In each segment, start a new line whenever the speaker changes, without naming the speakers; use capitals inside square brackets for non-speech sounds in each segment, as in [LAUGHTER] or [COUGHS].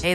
Hey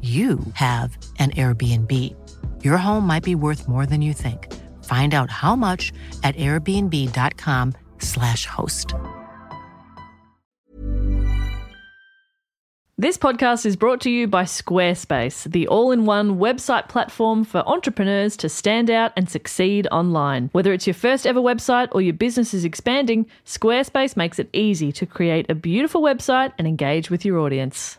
you have an Airbnb. Your home might be worth more than you think. Find out how much at airbnb.com/slash host.
This podcast is brought to you by Squarespace, the all in one website platform for entrepreneurs to stand out and succeed online. Whether it's your first ever website or your business is expanding, Squarespace makes it easy to create a beautiful website and engage with your audience.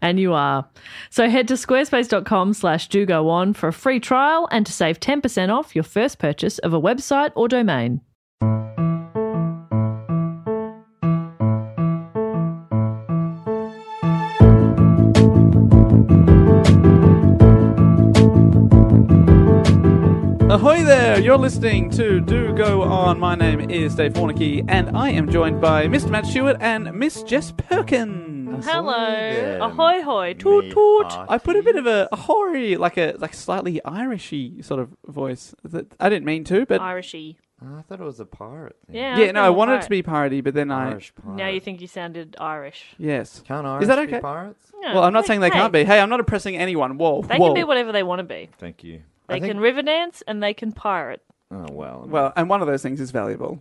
And you are. So head to squarespace.com slash do go on for a free trial and to save 10% off your first purchase of a website or domain.
Ahoy there! You're listening to Do Go On. My name is Dave Warnicky, and I am joined by Mr. Matt Stewart and Miss Jess
[LAUGHS]
Perkins.
Hello. Ahoy hoy. Toot toot.
I put a bit of a, a hoary, like a like slightly Irishy sort of voice. That I didn't mean to, but
Irishy.
I thought it was a pirate thing.
Yeah.
yeah, no, I wanted it
pirate.
to be parody, but then I
Irish pirate.
Now you think you sounded Irish.
yes.
Can't Irish
Is that
be
okay?
pirates?
No,
Well, I'm not
hey,
saying they
hey,
can't be. Hey, I'm not oppressing anyone. Whoa,
They
whoa.
can be whatever they want to be.
Thank you.
They
I think-
can river dance and they can pirate.
Oh well.
Well, and one of those things is valuable.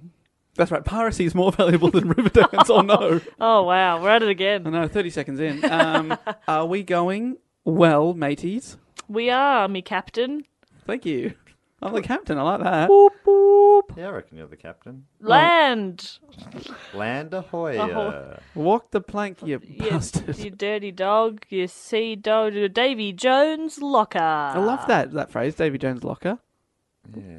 That's right. Piracy is more [LAUGHS] valuable than Riverdance. oh no.
Oh wow, we're at it
I
again.
know, 30 seconds
[LAUGHS]
in. Um, are we going well, mateys?
We are, me captain.
Thank you. I'm the captain. I like that.
Yeah, I reckon you're the captain.
Land,
Land ahoy!
Ahoy.
Walk the plank, you
you,
bastard.
you dirty dog, you sea dog, Davy Jones locker.
I love that that phrase, Davy Jones locker.
Yeah.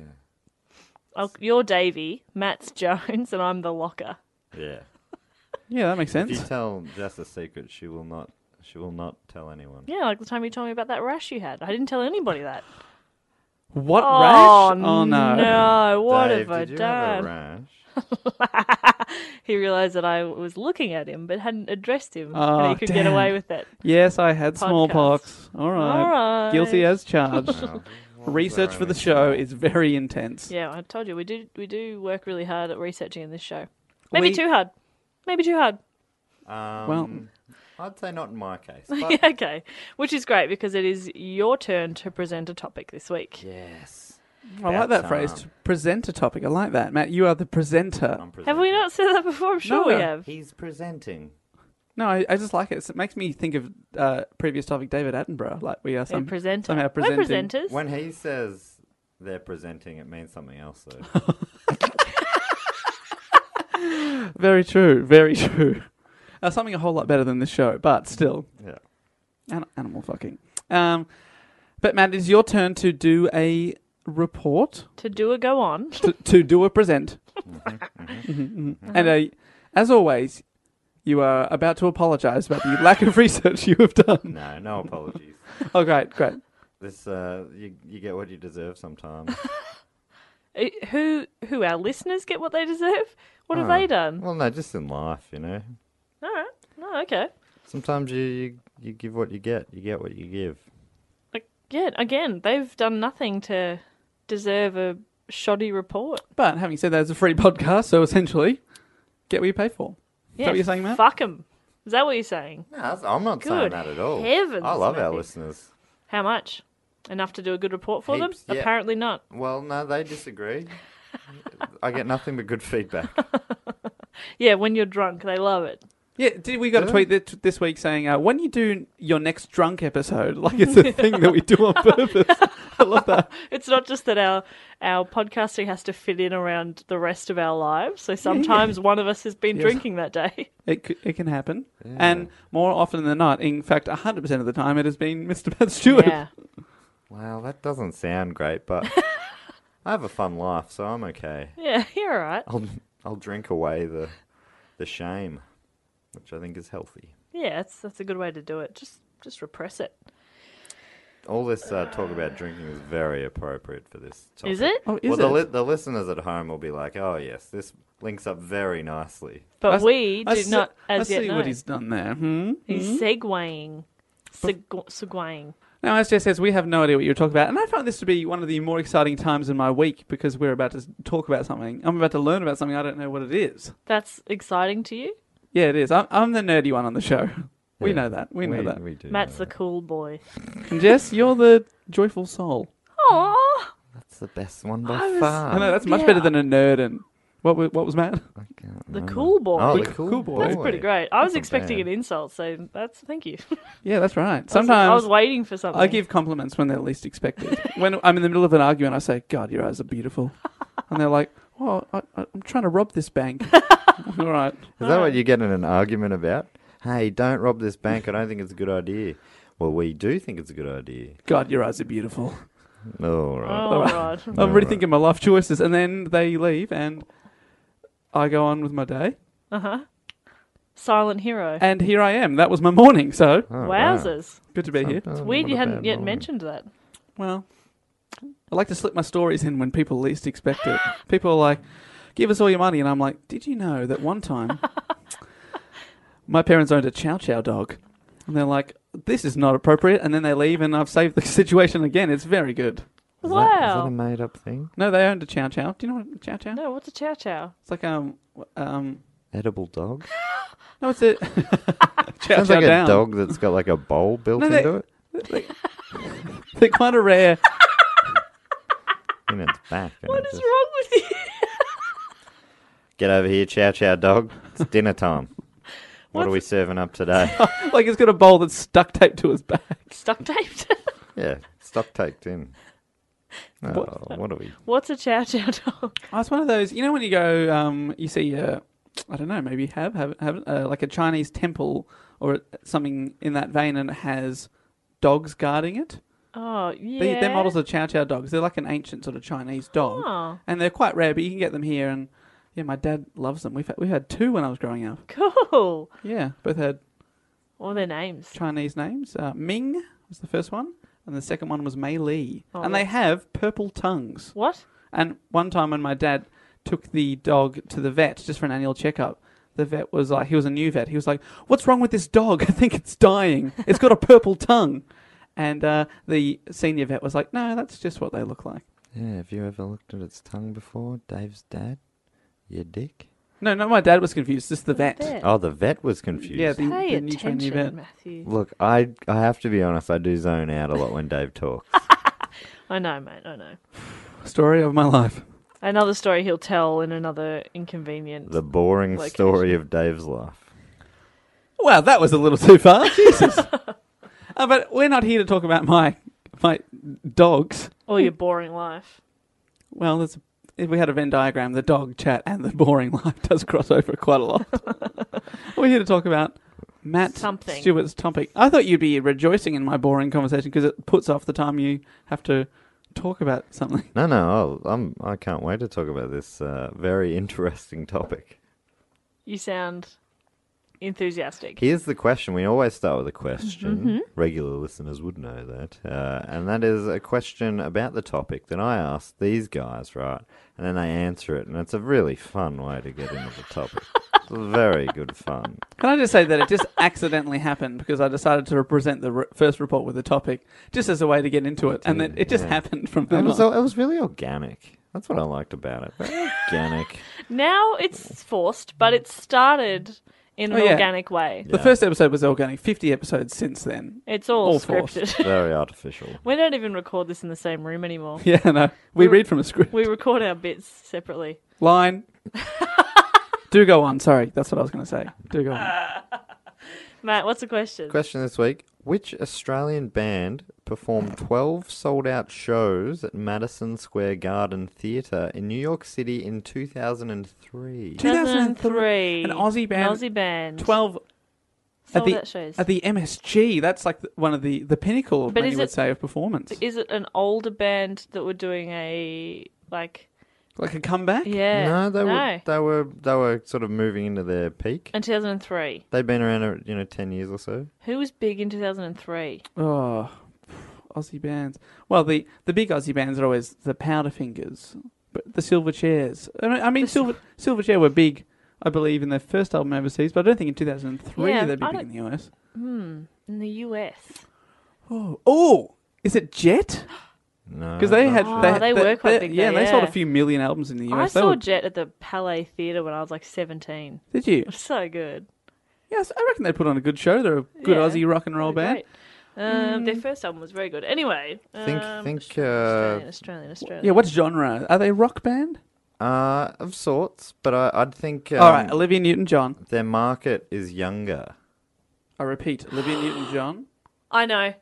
Oh, you're Davy, Matt's [LAUGHS] Jones, and I'm the locker.
Yeah.
Yeah, that makes
If you
sense.
tell Jess a secret, she will not. She will not tell anyone.
Yeah, like the time you told me about that rash you had. I didn't tell anybody that.
What
oh,
rash? Oh no.
no, what
Dave,
have I
did you
done?
have a rash?
he realized that I was looking at him but hadn't addressed him, and
Oh,
he could get
damn.
away with it.
Yes, I had smallpox. All right.
All right.
Guilty
[LAUGHS]
as charged.
Well,
Research
they're
for the
only
show
small.
is very intense.
Yeah, I told you we do we do work really hard at researching in this show. Maybe
We-
too hard. Maybe too hard. [LAUGHS]
Um,
Well-
I'd say not in my
[LAUGHS]
case. But
okay, which is great because it is your turn to present a topic this week.
Yes.
I like
That's,
that phrase.
um,
to present a topic. I like that. Matt, you are the presenter.
I'm
Have we
presenting.
not said that before? I'm sure
No.
we have.
He's presenting.
No, I, I just like it. It makes me think of uh, previous topic David Attenborough. Like we are
A
some,
presenter.
somehow
We're
presenting.
presenters.
When he says they're presenting, it means something else
[LAUGHS]
though.
Very true. Very [LAUGHS] true. Uh, something a whole lot better than this show, but still,
yeah.
an- animal fucking. Um, but Matt, it's your turn to do a report,
To do a go on.
to, to do a present, Mm-hmm, And uh, as always, you are about to apologize about the lack of [LAUGHS] research you have done.
No, no apologies.
Oh, great, great.
this uh, you you get what you deserve sometimes.
[LAUGHS] Uh, Who who our listeners get what they deserve? What have
Oh.
they done?
well, no, just in life, you know.
All right. Oh, okay.
Sometimes you, you you give what you get. You get what you give.
Again, again, they've done nothing to deserve a shoddy report.
But having said that, it's a free podcast, so essentially, get what you pay for.
Yeah,
that what you're saying, Matt?
Fuck 'em. Is that what you're saying?
No, that's- I'm not
Good
saying that at all.
heavens,
I love our
Matthew.
listeners.
How much? Enough to do a good report for
Heaps,
them?
yeah.
Apparently not.
Well, no, they disagree. I get nothing but good feedback.
Yeah, when you're drunk, they love it.
Yeah, did we got a tweet this, this week saying uh, when you do your next drunk episode, like it's [LAUGHS] a thing that we do on purpose. I love that.
It's not just that our our podcasting has to fit in around the rest of our lives. So sometimes one of us has been drinking that
[LAUGHS]
day.
It c- it can happen, and more often than not, in fact, hundred percent of the time, it has been [LAUGHS] Mr. Pat Stewart.
Yeah.
Well, that doesn't sound great,
[LAUGHS]
but I have a fun life, so I'm okay.
Yeah, you're all right.
I'll I'll drink away the the shame, which I think is healthy.
Yeah, that's that's a good way to do it. Just just repress it.
All this uh, talk about drinking is very appropriate for this. Topic.
Is it?
Oh, is
well, the,
it?
li- the listeners at home will be like, "Oh yes, this links up very nicely."
But
I s-
we
I
do
see-
not
I
as
see
yet know.
what he's done there. Hmm?
He's segueing. Seg- segueing.
Now, as Jess says, we have no idea what you're talking about, and I found this to be one of the more exciting times in my week because we're about to s- talk about something. I'm about to learn about something I don't know what it is.
That's exciting to you?
Yeah, it is. I'm, I'm the nerdy one on the show. [LAUGHS] We know that. We know that.
We do.
Matt's the cool boy.
And Jess, you're the joyful soul.
Aww.
That's the best one by
I was-
far.
I know that's much
yeah.
better than a nerd. And what wa- what was Matt? [LAUGHS]
The
Mm.
cool boy.
Oh, the
The
cool,
cool
boy.
boy.
that's pretty great. I was
not
expecting
bad.
an insult, so that's thank you. [LAUGHS]
Yeah, that's right.
I was-
Sometimes
I was waiting for something.
I give compliments when they're least expected. when I'm in the middle of an argument, I say, "God, your eyes are beautiful," and they're like, "Well, I, I, I'm trying to rob this bank." [LAUGHS] All right.
Is that what you get in an argument about? Hey, don't rob this bank. I don't think it's a good idea. Well, we do think it's a good idea.
God, your eyes are beautiful.
All right.
Oh my god.
I'm really thinking my life choices, and then they leave, and I go on with my day,
Uh-huh. Silent hero.
and here I am. That was my morning. So
Oh,
Wowzers.
good to be here.
It's
Weird you hadn't yet mentioned that.
Well, I like to slip my stories in when people least expect it. People are like, give us all your money. And I'm like, did you know that one time my parents owned a chow chow dog? And they're like, this is not appropriate. And then they leave, and I've saved the [LAUGHS] situation again. It's very good.
Wow.
That, is that a made up thing?
No, they owned a chow chow. Do you know what a chow chow?
No, what's a chow chow?
It's like, um, um,
Edible dog?
no, it's a [LAUGHS] chow
Sounds
chow
like
down.
a dog that's got like a bowl built
No, they-
into it
They're quite a rare.
in its back.
[LAUGHS]
and
What
it
is
just-
wrong with you?
Get over here, chow chow dog.
[LAUGHS]
It's dinner time. what are
What's-
we serving up
[LAUGHS]
today?
like, it's got a bowl that's stuck taped to its back.
[LAUGHS] Stuck taped. [LAUGHS]
yeah, stock taped in. Oh,
What-
what are we?
what's a chow chow dog?
Oh, it's one of those. You know when you go, um, you see, uh, I don't know, maybe have have, have uh, like a Chinese temple or something in that vein, and it has dogs guarding it.
[LAUGHS] Oh yeah.
They, they're models of Chow Chow dogs. They're like an ancient sort of Chinese dog,
Oh.
and they're quite rare. But you can get them here, and yeah, my dad loves them. We've had, we had two when I was growing up.
cool.
Yeah, both had
What are their names?
Chinese names. Uh, Ming was the first one, and the second one was Mei Li,
Oh,
and they
that's-
have purple tongues.
What?
And one time when my dad took the dog to the vet just for an annual checkup, the vet was like, he was a new vet. He was like, "What's wrong with this dog? [LAUGHS] I think it's dying. It's got a purple tongue." And uh, the senior vet was like, "No, that's just what they look like."
Yeah, have you ever looked at its tongue before, Dave's dad? Your dick?
No, no, my dad was confused. Just the vet.
Vet.
Oh, the vet was confused.
Yeah, the,
Pay
the new trainee vet.
attention, Matthew.
Look, I I have to be honest. I do zone out a lot when Dave
[LAUGHS]
talks.
I know, mate. I know.
Story of my life.
Another story he'll tell in another inconvenient.
the boring
Location.
story of Dave's life.
Wow, that was a little too far. [LAUGHS] Jesus. Uh, but we're not here to talk about my my dogs.
or your boring life.
Well, there's, if we had a Venn diagram, the dog chat and the boring [LAUGHS] life does cross over quite a lot. [LAUGHS] We're here to talk about Matt
Something.
Stewart's topic. I thought you'd be rejoicing in my boring conversation because it puts off the time you have to talk about [LAUGHS] something.
No, no, I'll, I'm, I can't wait to talk about this uh, very interesting topic.
You sound enthusiastic.
Here's the question. We always start with a question.
Mm-hmm.
Regular listeners would know that. Uh, and that is a question about the topic that I ask these guys, right? And then they answer it. And it's a really fun way to get into the
[LAUGHS]
topic. Very good fun.
Can I just say that it just accidentally happened because I decided to present the re- first report with the topic just as a way to get into it, and then it just happened from
It
then
was,
on.
it was really organic. That's what I liked about it. Very [LAUGHS] organic.
Now it's forced, but it started in an
Oh, yeah.
organic way.
The first episode was organic. Fifty episodes since then. [LAUGHS]
It's all,
All forced.
scripted.
Very artificial.
[LAUGHS] we don't even record this in the same room anymore.
Yeah, no, we read from a script.
We record our bits separately.
Line.
[LAUGHS]
Do go on. Sorry, that's what I was going to say. Do go
Uh,
on.
Matt, what's the question?
Question this week Which Australian band performed 12 sold out shows at Madison Square Garden Theatre in New York City in 2003?
2003.
An Aussie band.
An Aussie band.
Twelve
Sold
at the
out shows.
at the MSG. That's like the, one of the the pinnacle,
But
many
is
would
it-
say, of performance.
Is it an older band that were doing a like?
like a comeback.
Yeah.
No, they were they were they were sort of moving into their peak.
In 2003.
They've been around uh, you know 10 years or so.
Who was big in 2003?
Oh, Aussie bands. Well, the the big Aussie bands are always the Powderfingers, but the Silver Chairs. I mean, I mean Silver Silver Chair were big, I believe, in their first album overseas, but I don't think in two thousand and three
Yeah,
they'd be
I
big
don't-
in the US.
Hmm. In the US.
Oh, oh, is it Jet?
No.
Because they had
Oh,
they,
they were quite big
Yeah,
there,
they sold a
yeah.
few million albums in the US.
I
They
saw
were-
Jet at the Palais Theatre when I was like 17.
Did you?
It was so good.
Yes, I reckon they put on a good show. They're a good
Yeah.
Aussie rock and roll
They were
band.
great. Um, Their first album was very good. Anyway,
Mm. Think-
um,
think,
Australian,
uh,
Australian, Australian.
Yeah, what genre? Are they rock band?
uh of sorts, but I I'd think um,
All right, Olivia Newton John.
their market is younger.
I repeat, Olivia Newton John.
I know.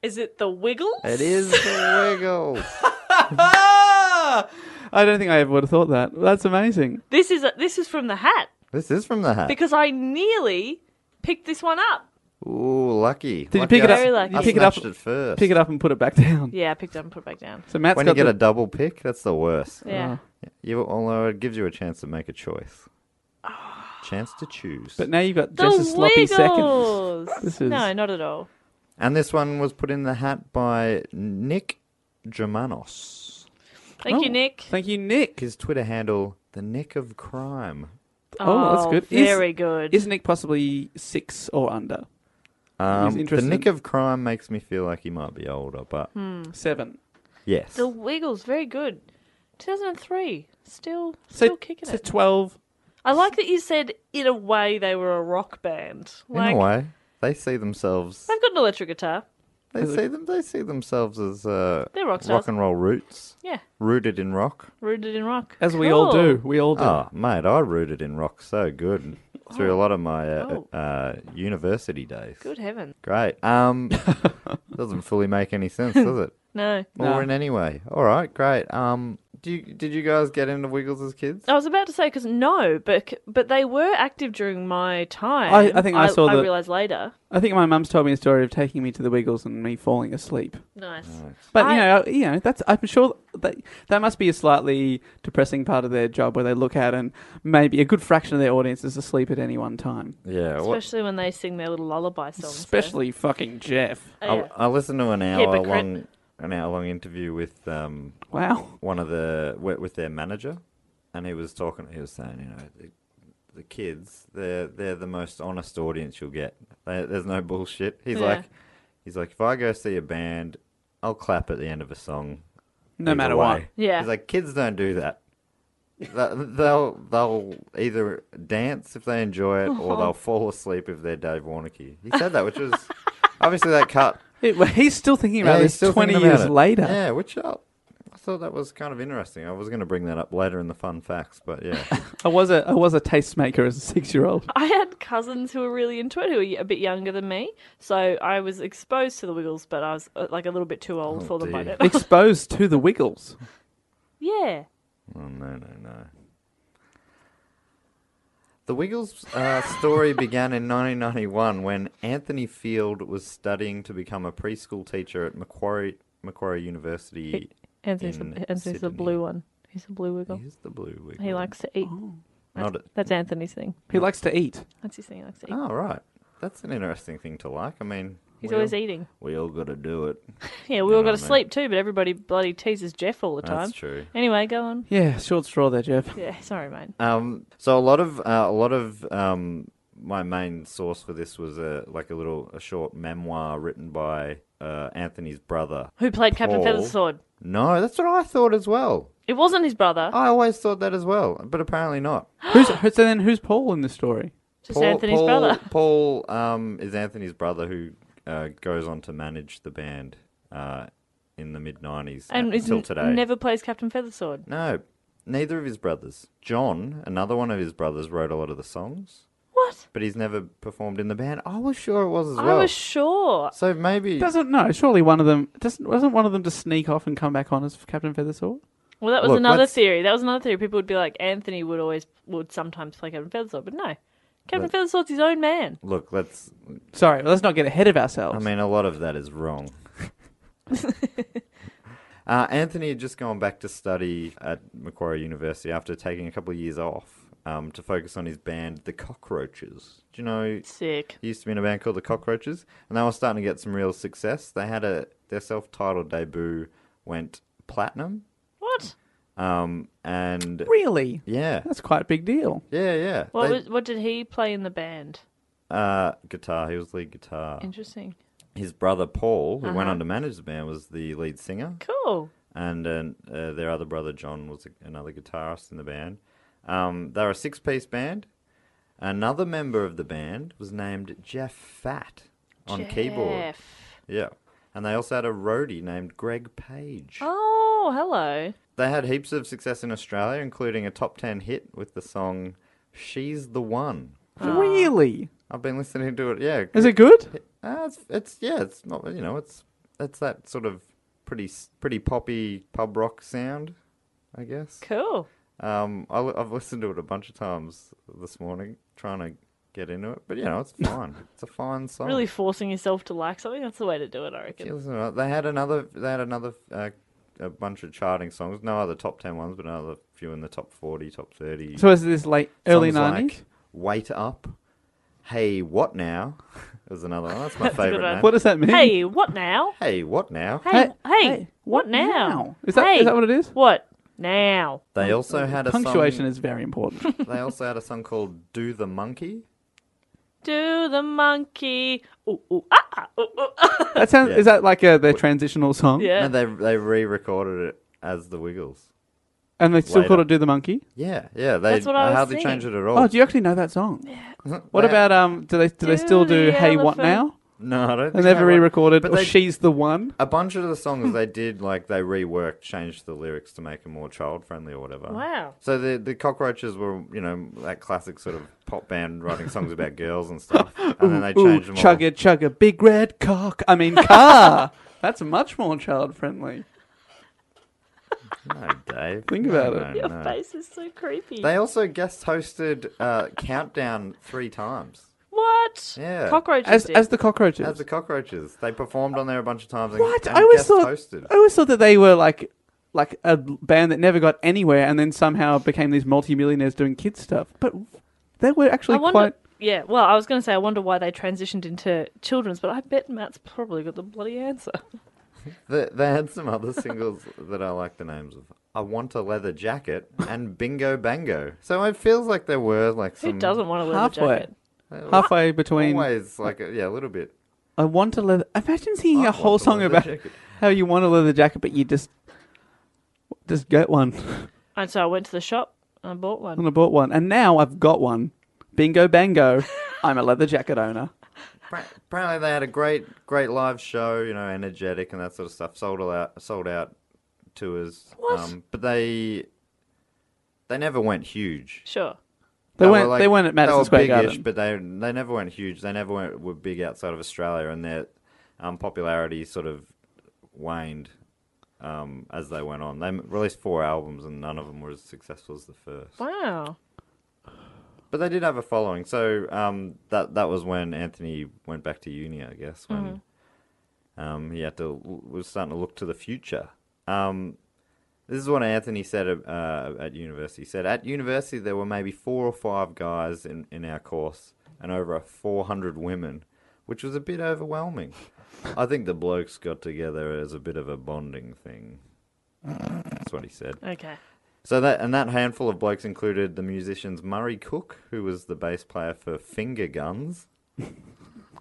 Is it the Wiggles?
It
[LAUGHS]
is the Wiggles.
Ah! I don't think I ever would have thought that. That's amazing.
[LAUGHS] This is this is from the Hat
This is from the hat.
because I nearly picked this one up.
Ooh, lucky.
Did you pick it up?
Very lucky.
I
Pick it up-
snatched it first.
Pick it up and put it back down.
Yeah, I picked it up and put it back down.
So Matt's
when you
got
get
the,
a double pick, that's the worst.
Yeah.
Oh.
You, although it gives you a chance to make a choice, chance to choose.
Ah. but now you've got
The
just a sloppy seconds.
Wiggles.
[LAUGHS] This is-
No, not at all.
and this one was put in the hat by Nick Germanos.
Thank you,
Oh,
Nick.
Thank you, Nick.
His Twitter handle, the Nick of Crime.
Oh, that's good. Is-
Very good.
Is Nick possibly six or under?
Um, the
interested. Hmm.
Nick of Crime makes me feel like he might be older, but
Mm.
Seven.
yes,
the Wiggles, very good. 2003, still
So,
still kicking
so
it.
twelve.
I like that you said in a way they were a rock band. Like
in a way, they see themselves.
they've got an electric guitar.
They see them. They see themselves as uh,
They're rock stars.
rock and roll roots,
Yeah,
rooted in rock.
rooted in rock.
As we all
Cool.
do. We all do.
Oh, mate, I rooted in rock so good through a lot of my uh,
Oh.
uh, university days.
Good heaven.
Great.
[LAUGHS]
Um, doesn't fully make any sense, does it?
No.
Or in any way. All right, great. Um, do you, did you guys get into Wiggles as kids?
I was about to say because no, but but they were active during my time.
I- I think I saw
I
the-
realized later.
I think my mum's told me a story of taking me to the Wiggles and me falling asleep.
Nice.
But
I-
you know, you know, that's I'm sure that that must be a slightly depressing part of their job where they look out and maybe a good fraction of their audience is asleep at any one time.
Yeah. What,
Especially when they sing their little lullaby songs. though.
Especially fucking Jeff.
Oh, yeah.
I, I listened to an hour
Hypocrite.
long an hour long interview with um,
Wow.
one of the wi- with their manager, and he was talking. He was saying, you know, the, the kids, they're they're the most honest audience you'll get. They, there's no bullshit. He's
Yeah.
like, he's like, if I go see a band, I'll clap at the end of a song,
No
either
matter
way."
what.
Yeah.
He's like, kids don't do that. Th- they'll they'll either dance if they enjoy it,
[LAUGHS]
or they'll fall asleep if they're Dave Warnocky. He said that, which was obviously that cut
It- he's still thinking about
yeah, he's
this
still
20
thinking about
years
it.
later.
Yeah, which I, I thought that was kind of interesting. I was going to bring that up later in the fun facts, but yeah.
I was a I was a tastemaker as
[LAUGHS]
a 6-year-old.
I had cousins who were really into it, who were y- a bit younger than me. So I was exposed to the Wiggles, but I was uh, like a little bit too
Oh,
old for them by
dear.
then. [LAUGHS]
Exposed to the Wiggles.
yeah.
oh, no, no, no. The Wiggles' uh, story began in 1991 when Anthony Field was studying to become a preschool teacher at Macquarie Macquarie University.
Anthony's,
in
the, Anthony's the
Sydney.
blue one. He's a blue wiggle.
He's the blue wig.
He likes to eat.
Not a,
That's Anthony's thing.
He likes to eat.
That's his thing. He likes to eat.
oh, right. That's an interesting thing to like. I mean,
He's
we
always
all,
eating.
We all got to do it.
Yeah, we all got to
mate.
sleep too, but everybody bloody teases Jeff all the time.
Oh, That's true.
Anyway, go on.
Yeah, short straw there, Jeff.
Yeah, sorry, mate.
Um, so a lot of uh, a lot of um, my main source for this was a like a little a short memoir written by uh, Anthony's brother.
Who played Captain
Paul.
Feathersword?
No, that's what I thought as well.
It wasn't his brother.
I always thought that as well, but apparently not.
[GASPS] who's, who- so then who's Paul in the story?
just Anthony's brother. [LAUGHS]
[LAUGHS] Paul um, is Anthony's brother who uh, goes on to manage the band uh, in the mid '90s
And he's
until
n-
today.
never plays Captain Feathersword.
No, neither of his brothers. John, another one of his brothers, wrote a lot of the songs,
What?
but he's never performed in the band. I was sure it was as
I
well.
was sure.
so maybe
Doesn't know. Surely one of them doesn't. Wasn't one of them to sneak off and come back on as Captain Feathersword?
Well, that was
Look,
another
let's-
theory. That was another theory. People would be like, Anthony would always, would sometimes play Captain Feathersword, but no. Captain Feathersword's his own man.
Look, let's.
Sorry, let's not get ahead of ourselves.
I mean, a lot of that is
[LAUGHS]
wrong. uh, Anthony had just gone back to study at Macquarie University after taking a couple of years off um, to focus on his band, The Cockroaches. Do you know?
Sick.
He used to be in a band called The Cockroaches, and they were starting to get some real success. They had a their self-titled debut went platinum,
What?
um, and
really,
yeah,
that's quite a big deal.
yeah, yeah.
What,
They-
was, what did he play in the band?
uh, guitar. He was lead
Uh.
guitar.
Interesting.
His brother Paul, who
Uh-huh.
went on to manage the band, was the lead singer.
Cool.
and uh, uh, their other brother John was a- another guitarist in the band. Um, they're a six-piece band. Another member of the band was named Jeff Fat on keyboard.
Jeff.
Yeah, and they also had a roadie named Greg Page.
Oh, hello.
They had heaps of success in Australia, including a top ten hit with the song "She's the One."
Really,
I've been listening to it. Yeah,
is it good?
Uh, it's, it's yeah, it's not you know, it's it's that sort of pretty s- pretty poppy pub rock sound, I guess.
Cool.
Um, I, li- I've listened to it a bunch of times this morning, trying to get into it. But you
[LAUGHS]
know, it's fine. it's a fine
Oh.
song.
Really forcing yourself to like something. That's the way to do it, I
If you
reckon.
listen to it- They had another. They had another uh, a bunch of charting songs. No other top ten ones, but another few in the top forty, top thirty.
So is this late early
Songs
nineties?
Like Wait up. Hey, what now? [LAUGHS] was another one. That's my
a good
favorite.
one.
name.
what does that mean?
Hey, what now?
Hey, what now?
Hey,
Hey-
hey,
hey,
what,
what
now?
now? Is that-
hey,
is that what it is?
What now?
They also had a
Punctuation
Song,
is very
[LAUGHS]
important.
they also had a song called "Do the Monkey."
Do the monkey. Ooh, ooh, ah, ah, ooh, ooh, ah.
that sounds.
Yeah.
Is that like a, their transitional song?
Yeah.
And they they re-recorded it as the Wiggles.
And they still
Later.
called it "Do the Monkey."
Yeah, yeah. They
That's what I was
hardly
thinking.
changed it at all.
Oh, do you actually know that song? What
They-
about um? Do they do,
Do
they still do
the
"Hey What
Elephant-
Now"?
No, I don't.
And
think
they've
they were.
re-recorded.
But
Or
they-
"She's the One."
A bunch of the songs
[LAUGHS]
they did, like they reworked, changed the lyrics to make them more child-friendly or whatever.
Wow.
So the the cockroaches were, you know, that classic sort of pop band writing songs about girls and
[LAUGHS]
stuff, and then they
Ooh,
changed them all.
chugga chugga, big red cock.
[LAUGHS]
I mean, car. That's much more child friendly.
No, Dave.
Think about
No,
it.
no,
[LAUGHS] Your
no.
face is so creepy.
They also guest hosted uh, Countdown three times.
what?
Yeah.
Cockroaches.
As
did.
as the cockroaches.
As the cockroaches, they performed on there a bunch of times. And,
what?
and
I always
guest
thought.
hosted.
[LAUGHS]
I always thought that they were like like a band that never got anywhere, and then somehow became these multimillionaires doing kids stuff. But they were
I
actually
wonder.
quite.
Yeah, well, I was going to say I wonder why they transitioned into children's, but I bet Matt's probably got the bloody answer.
They, they had some other singles that I like the names of. I want a leather jacket and Bingo Bango. So it feels like there were like
Who
some
doesn't want to wear a
halfway.
jacket?
Halfway between,
always like a, yeah a little bit.
I want a leather. Imagine singing
I
a whole
want a
song
leather
about
jacket.
how you want a leather jacket, but you just just get one, [LAUGHS]
And so I went to the shop and I bought one.
and I bought one, and now I've got one. Bingo bango, I'm a leather jacket owner.
Appar- Apparently they had a great great live show, you know, energetic and that sort of stuff. Sold all out sold out tours. um,
What?
but they they never went huge.
Sure.
They,
were,
went.
like-
they went at Madison
were
Square
big-ish,
Garden.
but they they never went huge. They never went were big outside of Australia, and their um, popularity sort of waned um, as they went on. They m- released four albums, and none of them were as successful as the first.
Wow.
But they did have a following, so um, that that was when Anthony went back to uni, I guess. When Um, he had to was starting to look to the future. Um, this is what Anthony said uh, at university. He said at university there were maybe four or five guys in, in our course and over 400 women, which was a bit overwhelming. I think the blokes got together as a bit of a bonding thing. That's what he said.
Okay.
So that and that handful of blokes included the musicians Murray Cook, who was the bass player for Finger Guns,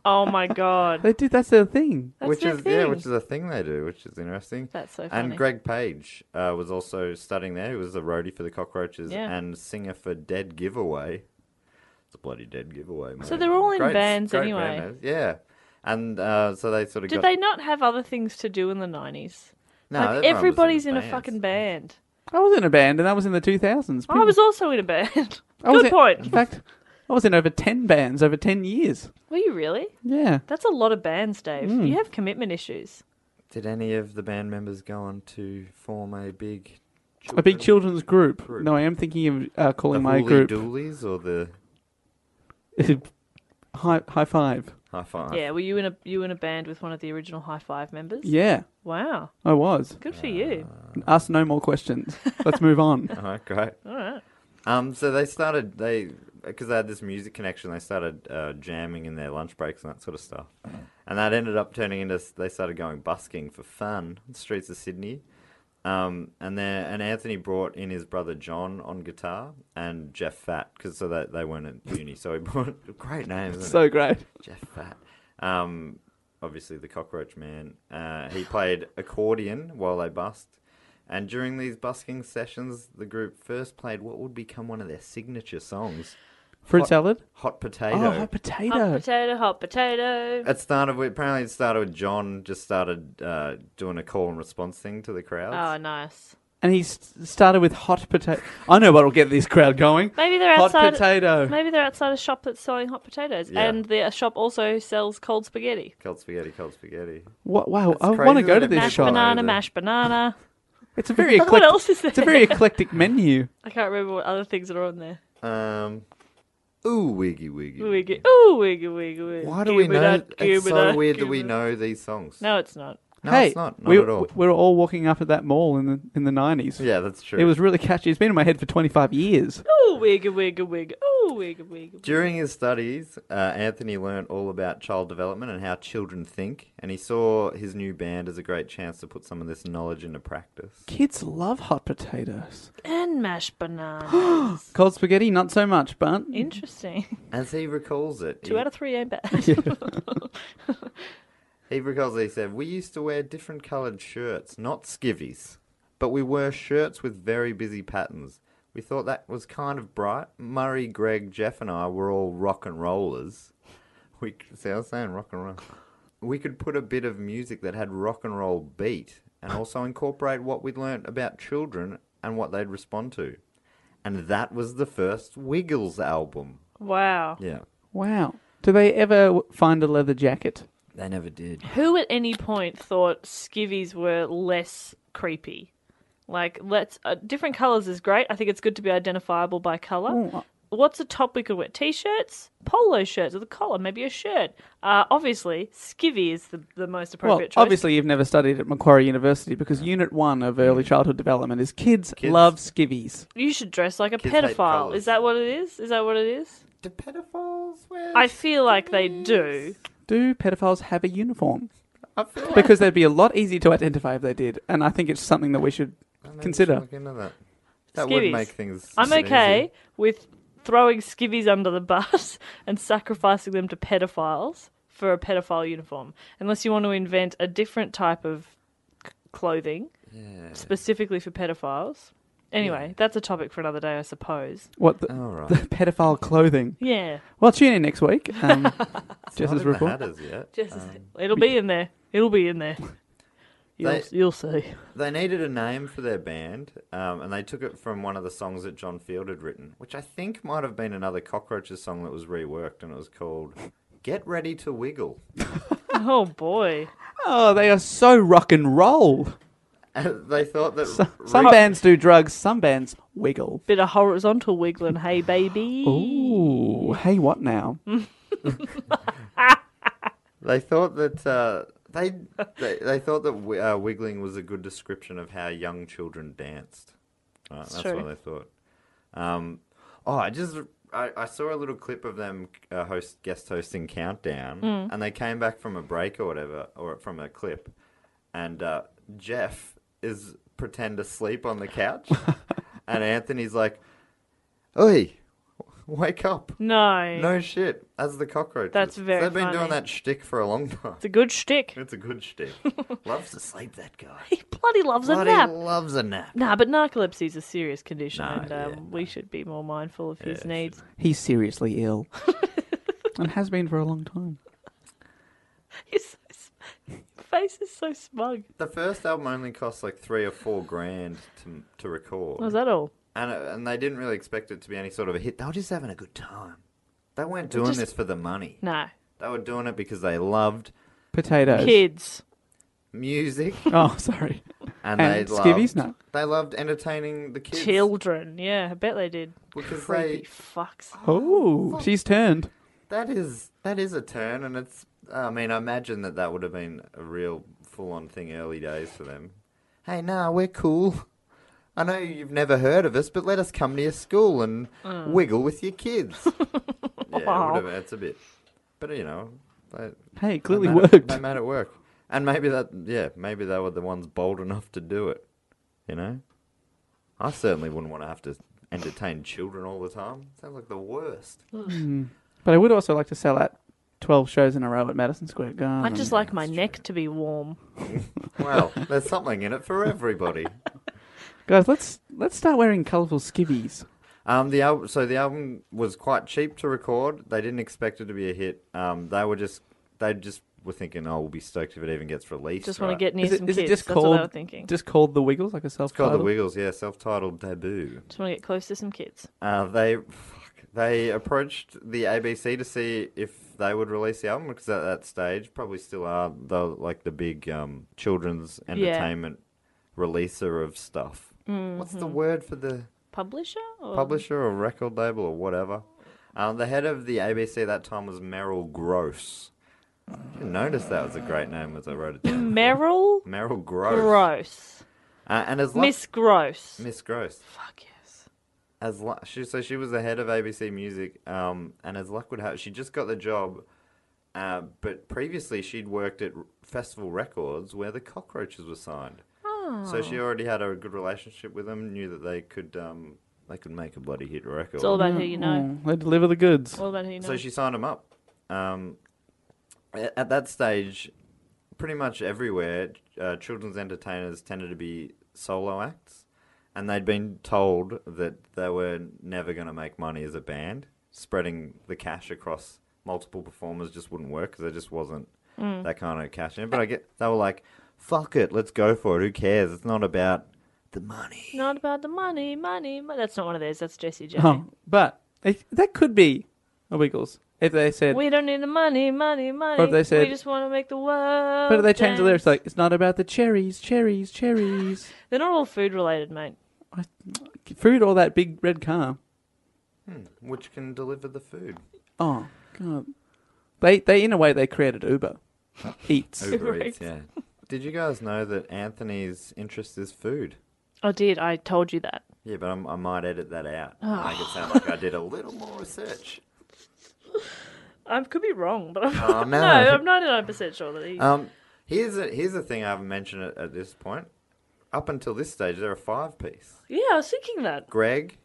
Oh
[LAUGHS]
my god.
They do. That's their thing.
That's
which
their
is yeah,
thing.
which is a thing they do, which is interesting.
That's so funny.
And Greg Page uh, was also studying there. He was the roadie for the Cockroaches
Yeah.
and singer for Dead Giveaway. It's a bloody Dead Giveaway. Man.
So they're all in
Great-
bands
great
anyway.
band names, yeah. And uh, so they sort of
Did
got
they not have other things to do in the nineties?
no,
like
everyone was in
everybody's in, a
bands.
fucking
[LAUGHS]
band.
I was in a band, and I was in the 2000s.
I was also in a band.
Hmm. [LAUGHS] I was
Good
in- In
point.
fact, I was in over 10 bands over 10 years.
Were you really?
Yeah.
That's a lot of bands, Dave.
Hmm.
You have commitment issues.
Did any of the band members go on to form a big
A big children's group. No, I am thinking of uh,
the
calling my
Hooly
group
Doolies or the
[LAUGHS] high, high Five.
High Five?
Yeah, were you in a you in a band with one of the original High Five members?
Yeah,
Wow.
I was.
Good for you.
Ask no more questions.
[LAUGHS]
Let's move on.
All right, great.
All right.
Um, so they started they because they had this music connection. They started uh, jamming in their lunch breaks and that sort of stuff, and that ended up turning into they started going busking for fun on the streets of Sydney. Um, and then and Anthony brought in his brother John on guitar and Jeff Fat because so that they weren't at uni. So he [LAUGHS] brought great names. isn't it?
so great.
Jeff Fat. Um, obviously the Cockroach Man. Uh, he played accordion while they busked. And during these busking sessions, the group first played what would become one of their signature songs,
Fruit
Hot
salad.
Hot Potato.
Oh, hot
Hot
potato.
potato, hot potato.
it started with, apparently it started with John just started uh, doing a call and response thing to the
Oh,
crowds.
nice.
And he s- started with hot potato. I know what'll get this crowd going.
Maybe they're
hot
outside.
potato.
Maybe they're outside a shop that's selling hot potatoes,
Yeah.
and the shop also sells cold spaghetti,
Cold spaghetti, cold spaghetti.
What, wow,
That's
I
crazy
want to go
that
to
it
this
makes
mashed
shop.
sense.
banana,
Amazing.
mashed banana.
It's a
[LAUGHS]
very eclectic.
else is
It's a very eclectic menu.
I can't remember what other things are on there.
Um, ooh, wiggy wiggy.
Wiggy, ooh, wiggy, wiggy, wiggy.
Why do we know?
Goobadut,
It's so
goobadut,
weird that we
goobadut.
know these songs.
No, it's not.
no
hey,
it's not. Not
we,
at all.
we were all walking up at that mall in the in the nineties.
yeah, that's true.
It was really catchy. It's been in my head for 25 years.
Ooh, wiggy, wiggy, wiggy. Ooh, wiggy, wiggy.
During his studies, uh, Anthony learned all about child development and how children think, and he saw his new band as a great chance to put some of this knowledge into practice.
Kids love hot potatoes.
And
[GASPS]
mashed banana.
Cold spaghetti, not so much, but
Interesting.
[LAUGHS] As he recalls it,
Two
he,
out of three ain't bad.
he recalls that he said, We used to wear different coloured shirts, not skivvies, but we wore shirts with very busy patterns. We thought that was kind of bright. Murray, Greg, Jeff, and I were all rock and rollers. [LAUGHS] We see, I was saying rock and roll. We could put a bit of music that had rock and roll beat, and also incorporate what we'd learnt about children and what they'd respond to. And that was the first Wiggles album.
[LAUGHS] wow.
Yeah,
wow. Do they ever w- find a leather jacket?
they never did.
Who at any point thought skivvies were less creepy? Like, let's uh, different colors is great. I think it's good to be identifiable by color.
uh.
What's a top we could wear? T-shirts, polo shirts with a collar, maybe a shirt. Uh, obviously, skivvy is the, the most
Well,
appropriate choice.
obviously you've never studied at Macquarie University because Unit 1 of Early Childhood Development is kids, love skivvies.
you should dress like a
Kids hate
pedophile.
colours.
Is that what it is? Is that what it is?
Do pedophiles wear?
I feel like they do.
Do pedophiles have a uniform?
I feel like
Because they'd be a lot easier to identify if they did, and I think it's something that we should
Maybe we should
consider.
look into that. That
Skivvies.
would make things.
I'm
easy.
okay with throwing skivvies under the bus [LAUGHS] and sacrificing them to pedophiles for a pedophile uniform, unless you want to invent a different type of c- clothing specifically for pedophiles. Anyway, that's a topic for another day, I suppose.
What
[LAUGHS]
the,
All
[LAUGHS]
right.
the pedophile clothing?
Yeah,
Well, tune in next week.
[LAUGHS]
Um,
Not
Jess's
in the
report.
Hatters yet.
just it'll be in there. It'll be in there. [LAUGHS] You'll,
They-
you'll see. [LAUGHS]
They needed a name for their band, um, and they took it from one of the songs that John Field had written, which I think might have been another Cockroaches song that was reworked, and it was called "Get Ready to Wiggle." [LAUGHS]
Oh boy,
Oh, they are so rock and roll.
And they thought that
So- some
re-
bands do drugs, some bands wiggle.
bit of horizontal wiggling, hey baby.
Ooh, hey, what now?
they thought that uh, They they, they thought that wi- uh, wiggling was a good description of how young children danced. Right, that's
true.
what they thought. Um, oh, I just I, I saw a little clip of them uh, host guest hosting Countdown, and they came back from a break or whatever, or from a clip, and uh, Jeff is pretend to sleep on the couch, and Anthony's like, "Oi, wake up!"
No.
No shit. That's the cockroaches.
That's very
They've been doing
funny.
that shtick for a long time. [LAUGHS]
It's a good shtick.
It's a good
[LAUGHS]
shtick. loves to sleep, that guy.
He bloody loves
Bloody
a nap.
loves a nap.
Nah, but narcolepsy is a serious condition,
Nah,
and
yeah,
um, we should be more mindful of his needs.
He's seriously ill.
[LAUGHS]
and has been for a long time.
He's so sm- [LAUGHS] Your face is so smug.
The first album only cost like three or four grand to, to record.
Was that all?
And, uh, and they didn't really expect it to be any sort of a hit. They were just having a good time. They weren't doing
just-
this for the money.
No.
They were doing it because they loved
Potatoes.
Kids. [LAUGHS]
music
Oh, sorry.
and, they
And Skivvy's
loved
nut.
they loved entertaining the kids
Children. Yeah, I bet they did.
because
Creepy
they
fucks.
Oh, she's turned.
That is that is a turn, and it's. I mean, I imagine that that would have been a real full-on thing early days for them. Hey, nah, we're cool. I know you've never heard of us, but let us come to your school and
Mm.
wiggle with your
[LAUGHS]
kids. yeah, it
Wow.
would have, it's a bit, but you know, they,
Hey, it clearly
they made It,
worked.
they made it work, and maybe that. Yeah, maybe they were the ones bold enough to do it. You know, I certainly wouldn't want to have to entertain children all the time. Sounds like the worst.
But I would also like to sell out 12 shows in a row at Madison Square
I
Garden.
just like my neck to be warm.
Well, there's something in it for everybody.
Guys, let's let's start wearing colourful skivvies.
Um, the al- so the album was quite cheap to record. They didn't expect it to be a hit. Um, they were just they just were thinking, oh, we'll be stoked if it even gets released.
Just want
right?
to get near
Is it-
some
is it
kids.
just
That's what
called-
I was thinking. Just,
Just called the Wiggles, like a
It's called
self-titled.
the Wiggles, yeah, self-titled debut.
want to get close to some kids.
Uh, they fuck, they approached the ABC to see if they would release the album because at that stage probably still are the like the big um, children's entertainment releaser of stuff.
Mm-hmm.
What's the word for the
Publisher? Or?
publisher or record label or whatever. Um, the head of the ABC at that time was Merrill Gross. I didn't notice that was a great name as I wrote it down.
[COUGHS] Meryl
Merrill Gross.
Gross.
Uh, and as lu-
Miss Gross.
Miss Gross.
Fuck yes.
As lu- she, so she was the head of ABC Music. Um, and as luck would have, she just got the job. Uh, but previously, she'd worked at Festival Records where the Cockroaches were signed. So
Oh.
she already had a good relationship with them. Knew that they could um, they could make a bloody hit record.
It's all about who you know.
Mm, They deliver the goods.
All about who you know.
So she signed him up. Um, a- at that stage, pretty much everywhere, uh, children's entertainers tended to be solo acts, and they'd been told that they were never going to make money as a band. Spreading the cash across multiple performers just wouldn't work because there just wasn't
Mm.
that kind of cash in it. But I get they were like, "Fuck it, let's go for it. Who cares? It's not about the money."
Not about the money, money, money. That's not one of theirs. That's Jesse J.
Oh, but it, that could be a Wiggles if they said.
We don't need the money, money, money.
they said-
we just want to make the world.
but if they change the
dance.
lyrics like it's not about the cherries, cherries,
[LAUGHS]
cherries.
They're not all food related, mate.
Food or that big red car.
Hmm, Which can deliver the food.
Oh god. They they in a way they created Uber. [LAUGHS] Eats.
Uber
Right.
Eats, yeah. Did you guys know that Anthony's interest is food?
I did. I told you that.
Yeah, but I'm, I might edit that out. and Make it sound like I did a little more research.
I could be wrong, but I'm, [LAUGHS]
Oh, no.
no, I'm 99% sure that
Uh,
he.
Um, here's a here's a thing I haven't mentioned at, at this point. Up until this stage, there are five piece:
yeah, I was thinking that.
Greg,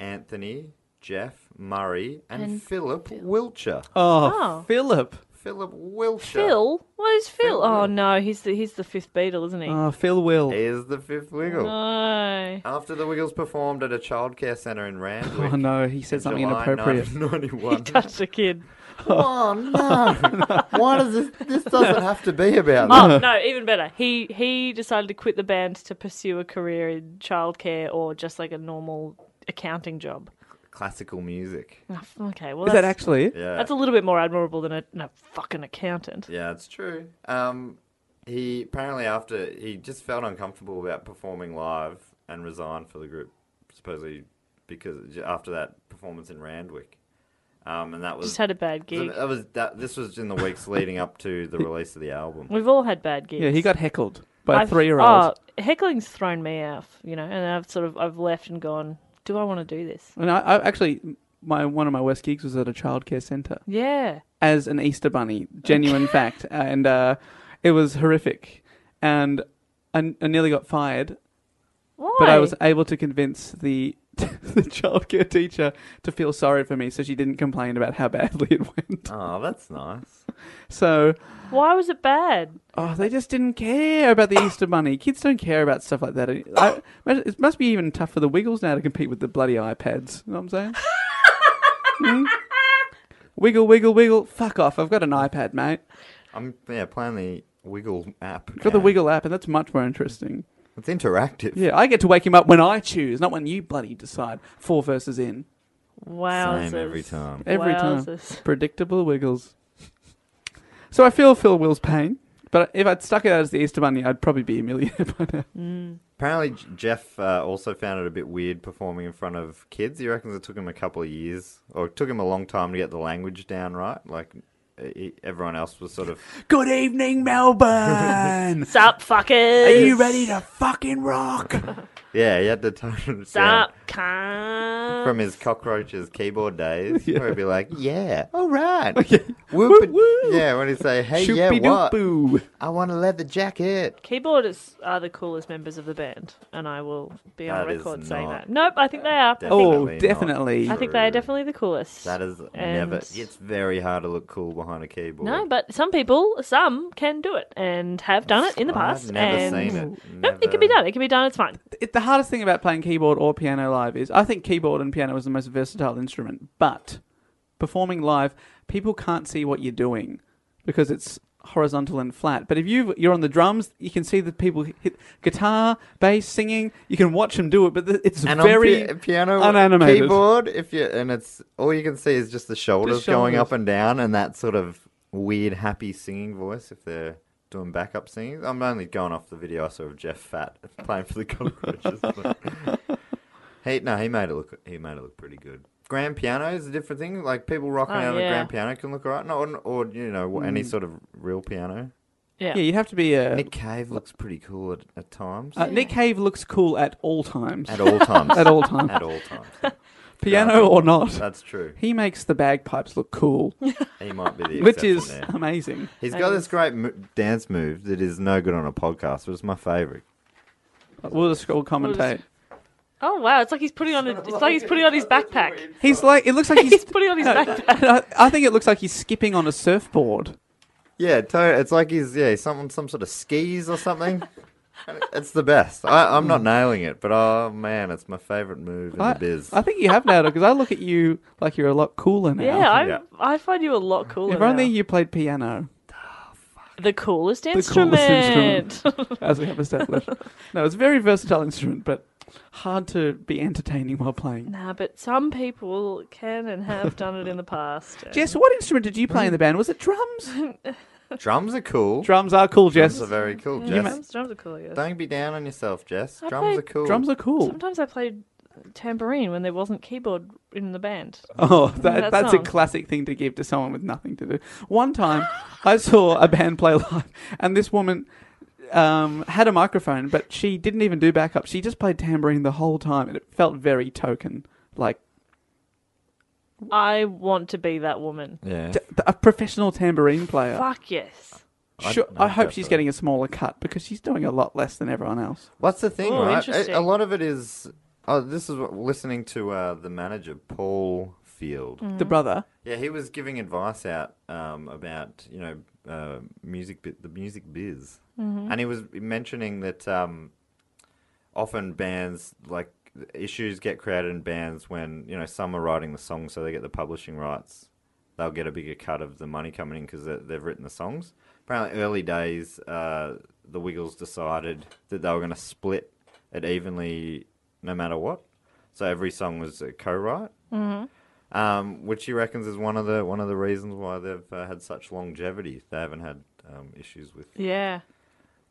Anthony, Jeff, Murray, and, Philip Wilcher.
Oh,
Oh.
Philip.
Philip Wilcher
Phil? What is Phil?
Phil
oh,
Will.
no. He's the, he's the fifth Beatle, isn't he?
Oh, Phil will.
is the fifth Wiggle.
[LAUGHS]
no. [LAUGHS]
After the Wiggles performed at a childcare centre in Randwick.
Oh no, he said
in
something
July
inappropriate.
1991.
[LAUGHS] He touched a
[LAUGHS]
kid.
[LAUGHS] Oh no! Why does this? This doesn't have to be about that.
Oh, no, even better. He he decided to quit the band to pursue a career in childcare or just like a normal accounting job.
Classical music.
Oh, f- Okay, well
Is that
that's,
actually it?
Yeah,
that's a little bit more admirable than a, than a fucking accountant.
Uh, yeah, it's true. Um, he apparently after he just felt uncomfortable about performing live and resigned for the group, supposedly because after that performance in Randwick. Um, and that was
Just had a bad gig.
that was that. This was in the weeks leading up to the release of the
[LAUGHS]
album.
We've all had bad gigs.
Yeah, he got heckled by a
I've-
three year old.
Oh, heckling's thrown me off, you know, and I've sort of I've left and gone. Do I want to do this?
And I, I actually, my one of my worst gigs was at a childcare centre
Yeah.
as an Easter bunny. Genuine fact, and uh, it was horrific. And I, I nearly got fired,
Why?
but I was able to convince the [LAUGHS] the childcare teacher to feel sorry for me, so she didn't complain about how badly it went.
Oh, that's nice.
So
Why was it bad?
Oh, they just didn't care about the Easter Bunny. Kids don't care about stuff like that. I, it must be even tough for the Wiggles now to compete with the bloody iPads. You know what I'm saying? Hmm? Wiggle, wiggle, wiggle. Fuck off. I've got an iPad, mate.
I'm yeah playing the Wiggle app.
I've got the
now.
Wiggle app, and that's much more interesting.
It's interactive.
Yeah, I get to wake him up when I choose, not when you bloody decide. Four verses in.
Wow.
Same every time.
Every time. Predictable Wiggles. So I feel Phil Will's pain, but if I'd stuck it out as the Easter Bunny, I'd probably be a millionaire [LAUGHS] by now.
Apparently, J- Jeff uh, also found it a bit weird performing in front of kids. He reckons it took him a couple of years, or it took him a long time to get the language down right. Like he, everyone else was sort of.
Good evening, [LAUGHS] Melbourne!
Sup, fuckers.
Are you ready to fucking rock?
Yeah, he had to tone it down
Sup, cunt.
from his cockroaches keyboard days. Where he'd be like, "Yeah, all right, Whoop it-
woo.
yeah." When he say, "Hey, yeah, what?
Shoopy-doopoo.
I want a leather jacket."
Keyboardists are the coolest members of the band, and I will be on
That is
record saying
not-
that. Nope, I think they are. I think,
Oh,
not
definitely.
I think they are
true.
definitely the coolest.
That is
And-
never. It's very hard to look cool behind a keyboard.
No, but some people, some can do it and have done it in the
I've
past.
never
and
seen it.
Nope, it can be
Never.
done. It can be done. It's fine.
It- the hardest thing about playing keyboard or piano live is I think keyboard and piano is the most versatile instrument, but performing live, people can't see what you're doing because it's horizontal and flat. But if you you're on the drums, you can see that people hit guitar, bass, singing. You can watch them do it, but th- it's
and
very
on pi- piano
unanimated.
keyboard if you and it's all you can see is just the shoulders, going
shoulders.
up and down and that sort of weird happy singing voice if they're doing backup singing i'm only going off the video i saw of jeff fat [LAUGHS] playing for the cockroaches
[LAUGHS]
but- he no he made it look he made it look pretty good grand piano is a different thing like people rocking
Oh,
out on a
yeah.
grand piano can look alright no, or, or you know any sort of real piano
Yeah.
Mm. Yeah, you have to be a.
nick cave looks pretty cool at, at times
[LAUGHS] uh, Nick Cave looks cool at all times.
at all times
[LAUGHS] At all times.
at all times
Piano or not.
that's
[LAUGHS]
true
He makes the bagpipes look cool,
He might be the
which
exception
is
there.
amazing.
He's got this great mo- dance move that is no good on a podcast, but it's my favorite.
We'll just we'll [LAUGHS] commentate.
Oh wow! It's like he's putting on. A, it's like he's putting on his backpack. [LAUGHS]
He's like, it looks like he's. [LAUGHS]
He's putting on his backpack.
I I think it looks like he's skipping on a surfboard.
Yeah, to- it's like he's yeah some some sort of skis or
[LAUGHS]
something. And it's the best. I, I'm not nailing it, but oh man, it's my favorite move in
I,
the biz.
I think you have now, because I look at you like you're a lot cooler now.
Yeah, I
Yeah.
I find you a lot cooler.
If only
now.
you played piano,
the coolest
coolest
instrument.
as we have established. no, it's a very versatile instrument, but hard to be entertaining while playing.
[LAUGHS] nah, but some people can and have done it in the past. and-
Jess, what instrument did you play in the band? Was it drums?
[LAUGHS]
Drums are cool.
drums are cool,
Drums
Jess.
are very cool,
Yeah,
Jess.
drums, drums are cool. Yes.
Don't be down on yourself, Jess.
I
Drums
played-
are cool.
Drums are cool.
Sometimes I played tambourine when there wasn't keyboard in the band.
[LAUGHS] Oh, that,
That
that's a
song.
classic thing to give to someone with nothing to do. One time, I [LAUGHS] saw a band play live, and this woman um, had a microphone, but she didn't even do backup. She just played tambourine the whole time, and it felt very token, like
I want to be that woman.
yeah.
t- a professional tambourine player.
Fuck yes.
I'd-
Sure, I
I'd
hope
go
she's
for it.
getting a smaller cut because she's doing a lot less than everyone else.
What's the thing,
Oh,
right?
interesting.
A, a lot of it is. Oh, this is what, listening to uh, the manager, Paul Field.
Mm.
The brother,
Yeah, he was giving advice out um, about you know uh, music, bi- the music biz, and he was mentioning that um, often bands like issues get created in bands when you know some are writing the songs, so they get the publishing rights. They'll get a bigger cut of the money coming in because they've written the songs. Apparently, early days, uh, the Wiggles decided that they were going to split it evenly, no matter what. So every song was a co-write um, which he reckons is one of the one of the reasons why they've uh, had such longevity. They haven't had um, issues with
Yeah.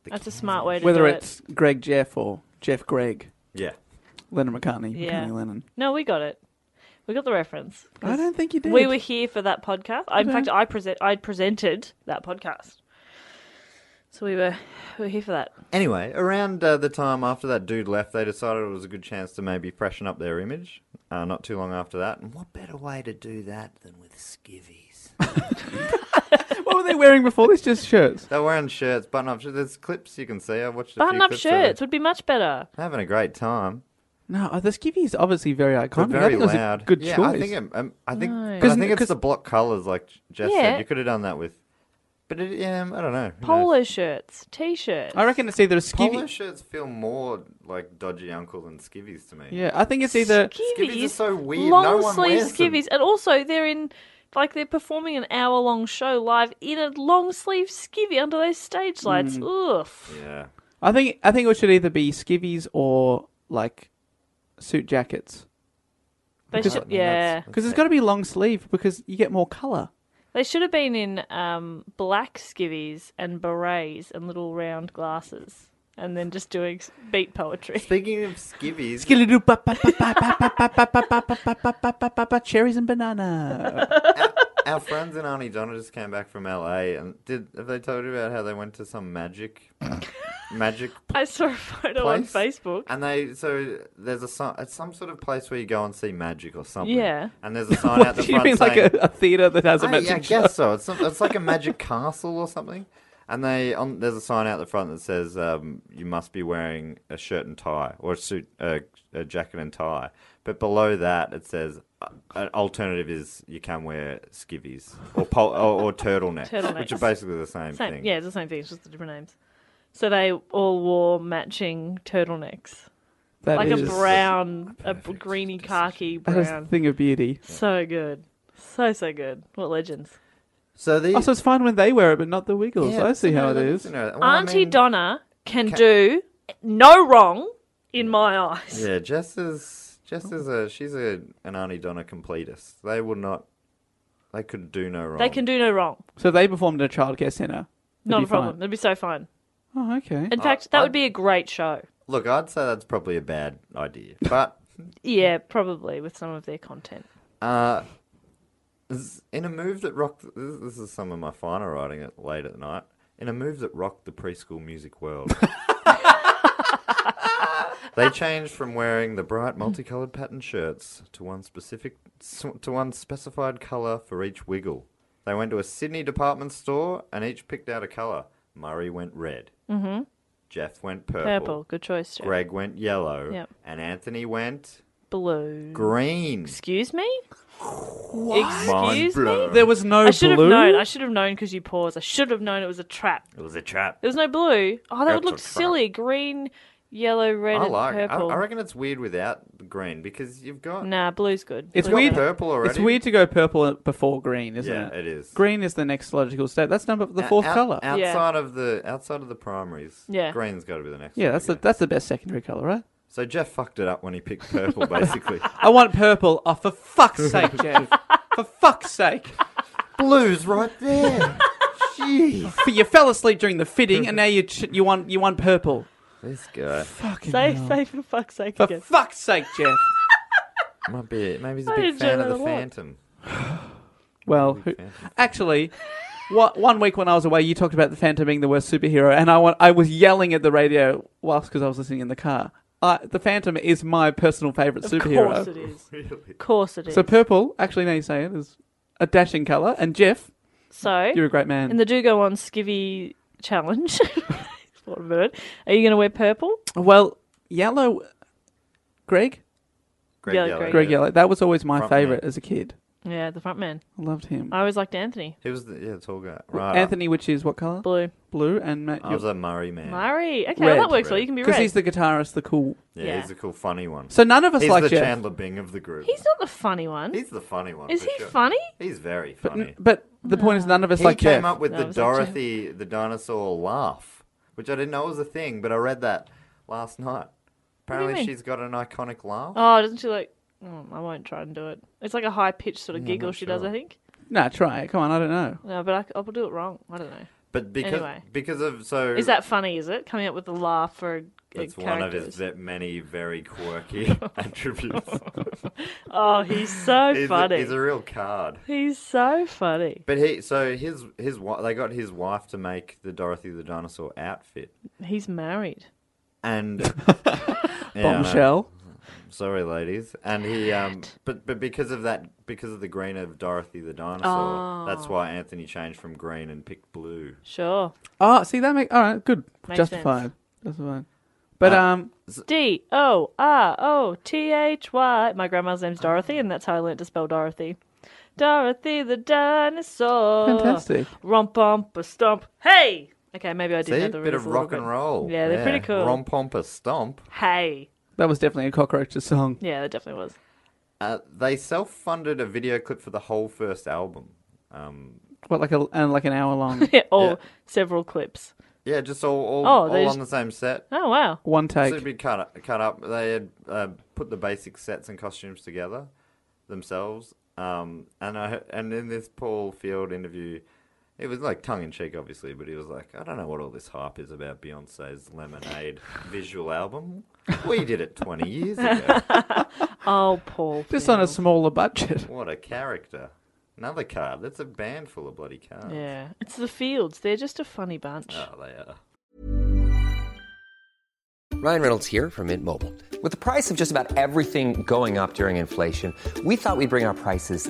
the
That's a
Kinks.
smart way to
whether
do
it's Greg Jeff or Jeff Greg,
Yeah,
Lennon McCartney,
Yeah.
McCartney Lennon.
it. No, we got it. We got the reference.
I don't think you did.
We were here for that podcast. I, in fact, I present. I presented that podcast. So we were we were here for that.
Anyway, around uh, the time after that dude left, they decided it was a good chance to maybe freshen up their image. Uh, not too long after that, and what better way to do that than with skivvies?
what were they wearing before this? Just shirts.
They're wearing shirts, button-up shirts. There's clips you can see. I watched a few
Button-up
clips of them.
shirts would be much better.
Having a great time.
No, uh, the skivvy is obviously very iconic.
But very
I think
loud.
It was a good
yeah,
choice.
I think it, um, I think
No.
but I
'Cause-
think it's
'cause-
the block colours, like Jess
Yeah.
said. You could have done that with, but it, yeah, I don't know. Who knows?
Polo shirts, t-shirts.
I reckon it's either a
Polo
skivvy.
shirts feel more like dodgy uncle than skivvies to me.
Yeah, I think it's either.
Skivvies are so weird.
Long
No one
sleeve
wears them.
skivvies, and also they're in like they're performing an hour long show live in a long sleeve skivvy under those stage lights.
Mm.
Oof.
Yeah.
I think I think it should either be skivvies or like suit jackets
They
Because-
should,
Right,
yeah,
that's-
because it's got to be long sleeve because you get more color.
they should have been in um, black skivvies and berets and little round glasses, and then just doing s- beat
[LAUGHS]
poetry. [LAUGHS]
Speaking of skivvies,
Cherries and banana.
our friends in Auntie Donna just came back from LA, and did have they told you about how they went to some
[LAUGHS]
magic, magic
I saw a photo
place
on Facebook.
And they so there's a sign. It's some sort of place where you go and see magic or something.
Yeah.
And there's a
[LAUGHS]
sign out
What
the
do you
front
mean, like
saying,
a, a theater that has a
I,
magic
I
show?
guess so. It's, some, it's like a magic castle or something. And they on there's a sign out the front that says um, you must be wearing a shirt and tie or a suit, uh, a jacket and tie. But below that it says uh, an alternative is you can wear skivvies or pol- or, or turtlenecks, which are
Turtlenecks.
basically the same,
Same,
thing.
yeah, it's the same thing. It's just the different names. So they all wore matching turtlenecks,
That
like
is-
a brown, a b- greeny khaki
That is the
brown.
thing of beauty.
So good, so so good. What legends?
So the
Also, it's fine when they wear it, but not the Wiggles.
yeah,
I see how it
that
is.
you know, well, I
Auntie
mean-
Donna can do no wrong in my eyes.
Yeah, Jess is
Oh.
Jess is a she's a an Auntie Donna completist. They will not. They could do no wrong.
They can do no wrong.
So they performed at a childcare center. It'd
Not
be
a problem.
fine.
It'd be so fun.
Oh, okay.
In fact, that
I-
would be a great show.
Look, I'd say that's probably a bad idea, but
Yeah, probably with some of their content.
uh, z- in a move that rocked, this, this is some of my final writing at, late at night. In a move that rocked the preschool music
[LAUGHS]
world, they changed from wearing the bright multicolored pattern shirts to one specific to one specified color for each wiggle. They went to a Sydney department store and each picked out a color. Murray went red. Mm-hmm. Jeff went
Purple, good choice. Jeff.
Greg went yellow,
Yep.
and Anthony went
Blue.
green.
Excuse me.
Mind
Excuse me.
blown.
There was no
I should have
blue.
known. I should have known because you paused. I should have known it was a trap.
It was a trap.
There was no blue. Oh, that would
That's
look
a trap.
silly. Green, yellow, red,
I like. it.
and
I,
purple.
I reckon it's weird without the green because you've got
Nah, blue's good.
It's
you've got
weird.
purple already.
It's weird to go purple before green, isn't
Yeah, it
it?
is.
Green is the next logical step. That's number the
O-
fourth
out-
color.
outside
Yeah.
of the outside of the primaries.
Yeah.
green's got to be the next. one,
yeah, that's
I
the
guess.
that's the best secondary color, right?
So Jeff fucked it up when he picked purple, basically.
I want purple. Oh, for
[LAUGHS]
fuck's sake, Jeff. for fuck's sake.
Blue's right there. Jeez,
But you fell asleep during the fitting, and now you ch- you want you want purple.
this guy
Fucking
Say,
hell.
say for fuck's sake.
For
again.
fuck's sake, Jeff.
might be. Maybe he's a
I
big
enjoy
fan of
that
the
a lot.
Phantom.
Well, who, actually, what, one week when I was away, you talked about the Phantom being the worst superhero, and I, wa- I was yelling at the radio whilst because I was listening in the car. I, the Phantom is my personal favorite
Of
superhero.
course it is. Of course it is.
So
So,
purple, actually, now you say it is a dashing color. And Jeff, you're a great man.
in the do go on skivvy challenge, [LAUGHS] what a bird. Are you going to wear purple?
well, yellow, Greg,
Greg
Yellow,
Yellow.
Greg
Greg
yeah.
Yellow. That was always my
Front man.
favorite as a kid.
Yeah, the front man.
I loved him.
I always liked Anthony.
He was the yeah tall guy. Right.
Anthony, which is what color?
Blue.
Blue, and Matt.
I was a Murray man.
Murray. Okay,
Red.
well, that works well.
Red.
You can be
Because
red.
he's
He's,
the guitarist, the cool.
Yeah,
Yeah.
he's the cool, funny one.
So none of us
he's
like
the
Jeff.
Chandler Bing of the group.
not the funny one.
He's the funny one.
is
for
he
sure.
funny?
He's very
But,
funny.
but the point is, none of us
he
like
came
Jeff.
up with
No,
the
it was like Jeff.
Dorothy the dinosaur laugh, which I didn't know was a thing, but I read that last night. Apparently,
mean?
she's got an iconic laugh.
Oh, doesn't she like? Oh, I won't try and do it. It's like a high pitched
Mm,
sort of giggle she does. I think.
Nah, try it. Come on, I don't know.
No, but I, I'll do it wrong. I don't know.
But because
Anyway.
because of so
Is that funny? Is it coming up with a laugh for a
That's
characters.
one of his ve- many very quirky
[LAUGHS]
[LAUGHS] attributes.
Oh, he's
[LAUGHS]
so
he's,
funny.
A, he's a real card.
He's so funny.
But he, so his his wi- they got his wife to make the Dorothy the dinosaur outfit,
He's married.
[LAUGHS]
and Yeah, I know.
Bombshell.
Sorry, ladies. And he, um, but but because of that, because of the green of Dorothy the dinosaur,
Oh.
that's why Anthony changed from green and picked blue.
Sure.
Oh, see that make all right, good,
Makes
justified, justified. But
Uh,
um,
D O R O T H Y. My grandma's name's Dorothy, and that's how I learnt to spell Dorothy. Dorothy the dinosaur.
fantastic.
Romp, bump, a stomp. Hey! Okay, maybe I did
See,
know
a
the
bit
riddles
of
a little
rock and
bit.
roll.
Yeah, they're pretty cool.
Romp, pomp, a stomp.
Hey.
That was definitely a cockroaches song.
Yeah, that definitely was. [LAUGHS]
Uh, they self-funded a video clip for the whole first album. Um,
What like a and like an
[LAUGHS]
hour long,
Yeah, or
Yeah.
several clips.
yeah, just all all,
Oh, they
all
just-
on the same set.
Oh, wow.
one
So
take.
it'd be cut up, cut up. They had uh, put the basic sets and costumes together themselves. Um, and I and in this Paul Field interview, it was like tongue in cheek, obviously, but he was like, "I don't know what all this hype is about Beyonce's Lemonade visual album. We did it 20 years ago.
Oh, Paul.
Just
Field.
on a smaller budget.
What a character! Another card. That's a band full of bloody cards.
Yeah. It's the Fields. They're just a funny bunch.
Oh, they are.
Ryan Reynolds here from Mint Mobile. With the price of just about everything going up during inflation, we thought we'd bring our prices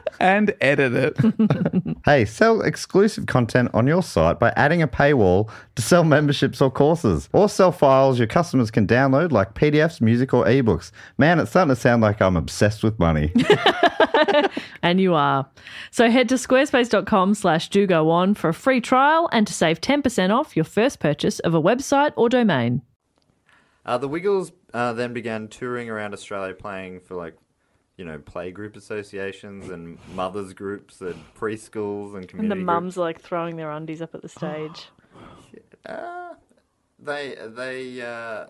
And edit it.
hey, sell exclusive content on your site by adding a paywall to sell memberships or courses, or sell files your customers can download like PDFs, music, or ebooks. Man, it's starting to sound like I'm obsessed with money. [LAUGHS]
And you are. So head to squarespace.com slash do go on for a free trial and to save 10% off your first purchase of a website or domain.
Uh, the Wiggles uh, then began touring around Australia, playing for like, you know, playgroup associations and mothers groups and preschools and
And
community.
the mums are like throwing their undies up at the stage.
groups. They they uh,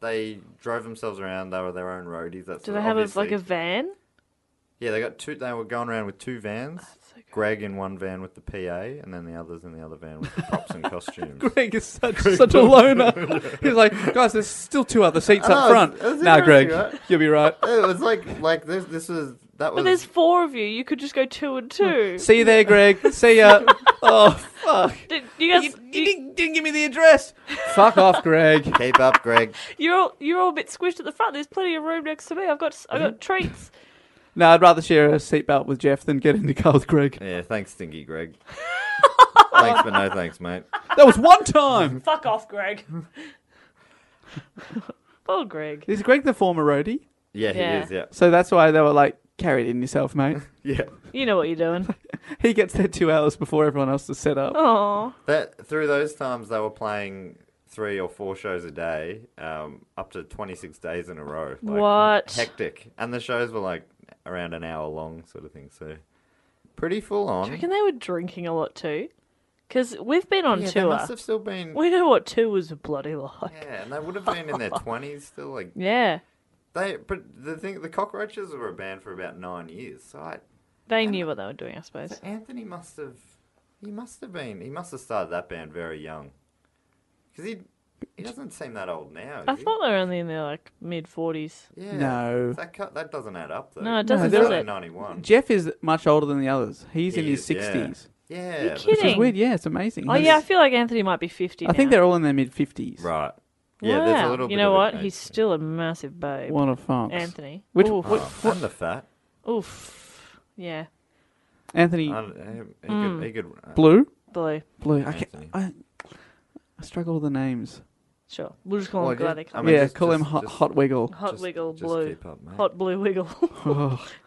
they drove themselves around. They were their own roadies. That's
Do they have a, like
obviously-
a van?
yeah? They got two. They were going around with two vans.
Ah,
Greg in one van with the PA, and then the others in the other van
[LAUGHS]
with the props and costumes.
Greg is such, such a loner. [LAUGHS] He's like, guys, there's still two other seats
Oh,
up front.
that's- that's
Now, Greg,
interesting, right?
you'll be right.
it was like like this. This was that was.
But there's four of you. You could just go two and two.
See you there, Greg. See [LAUGHS] ya. oh, fuck.
Did, you guys, you,
didn't, give me the address. fuck off, Greg.
Keep up, Greg.
you're all you're all a bit squished at the front. There's plenty of room next to me. I've got s- I've got treats.
No, I'd rather share a seatbelt with Jeff than get in the car with Greg.
Yeah, thanks, Stinky
[LAUGHS]
Greg. thanks, but no thanks, mate.
That was one
[LAUGHS]
time.
Fuck off, Greg. [LAUGHS] Poor Greg.
Is Greg the former roadie?
Yeah,
Yeah.
he is. Yeah, [LAUGHS]
So that's why they were like, carry it in yourself, mate. [LAUGHS]
yeah.
You know what you're [LAUGHS] doing.
He gets there two hours before everyone else is set up.
Oh,
That through those times they were playing three or four shows a day, um, up to twenty six days in a row. Like,
What?
hectic! And the shows were like around an hour long, sort of thing. So pretty full
I
on.
reckon they were drinking a lot too. Because we've been on
Yeah, they
tour.
must have still been.
We know what tour was bloody like.
Yeah, and they would have been in their twenties still. Like
Yeah,
they, but the thing, the cockroaches were a band for about nine years. So I,
they knew what they were doing, I suppose.
Anthony must have He must have been. He must have started that band very young. Because he he doesn't seem that old now.
I
does he?
thought they were only in their like mid forties.
Yeah.
No.
That cut, that doesn't add up though.
No, it doesn't,
He's
does
only
it?
91.
Jeff is much older than the others. He's in
He
his
is, yeah.
sixties.
Yeah.
You're
but-
Which is
kidding.
weird. Yeah, it's amazing.
Oh yeah, I feel like Anthony might be fifty.
I think
now.
they're all in their mid fifties.
Right. Yeah. There's a
Wow.
little.
You
bit of
know
a
what?
age
He's
thing.
still a massive babe.
What a fox.
Anthony.
Which-
Oof.
Oh, and the fat.
Oof. Yeah.
Anthony
I don't- he- he could- he
Mm.
could- uh,
Blue.
Blue.
Blue. I, can't,
Anthony.
I I struggle with the names.
Sure. We'll just call him
Well,
Gladys.
just- I mean,
yeah,
just-
call him
just-
Hot,
just-
Hot Wiggle.
Hot
just-
Wiggle
just
Blue.
keep up, mate.
Hot Blue Wiggle. [LAUGHS]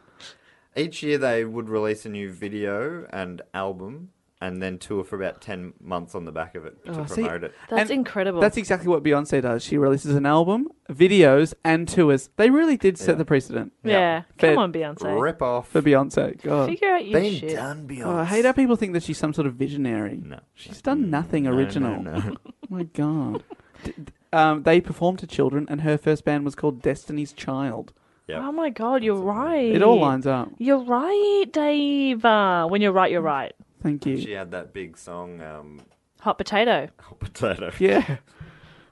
Each year they would release a new video and album, and then tour for about ten months on the back of it to
Oh,
promote
see-
it.
That's
And
incredible.
That's exactly what Beyonce does. She releases an album, videos, and tours. They really did set the precedent
yeah.
Fair-
Come on, Beyonce.
Rip off.
for Beyonce. God.
Figure out your
Been
shit.
done, Beyonce.
Oh, I hate how people think that she's some sort of visionary.
No.
She's done nothing
No, no,
original.
no. [LAUGHS]
My God. D- d- um, they performed to children, and her first band was called Destiny's Child.
Yep.
Oh my god, you're right.
It all lines up.
You're right, Dave. Uh, when you're right, you're right.
Thank you.
She had that big song, um,
Hot potato.
Hot Potato.
Yeah.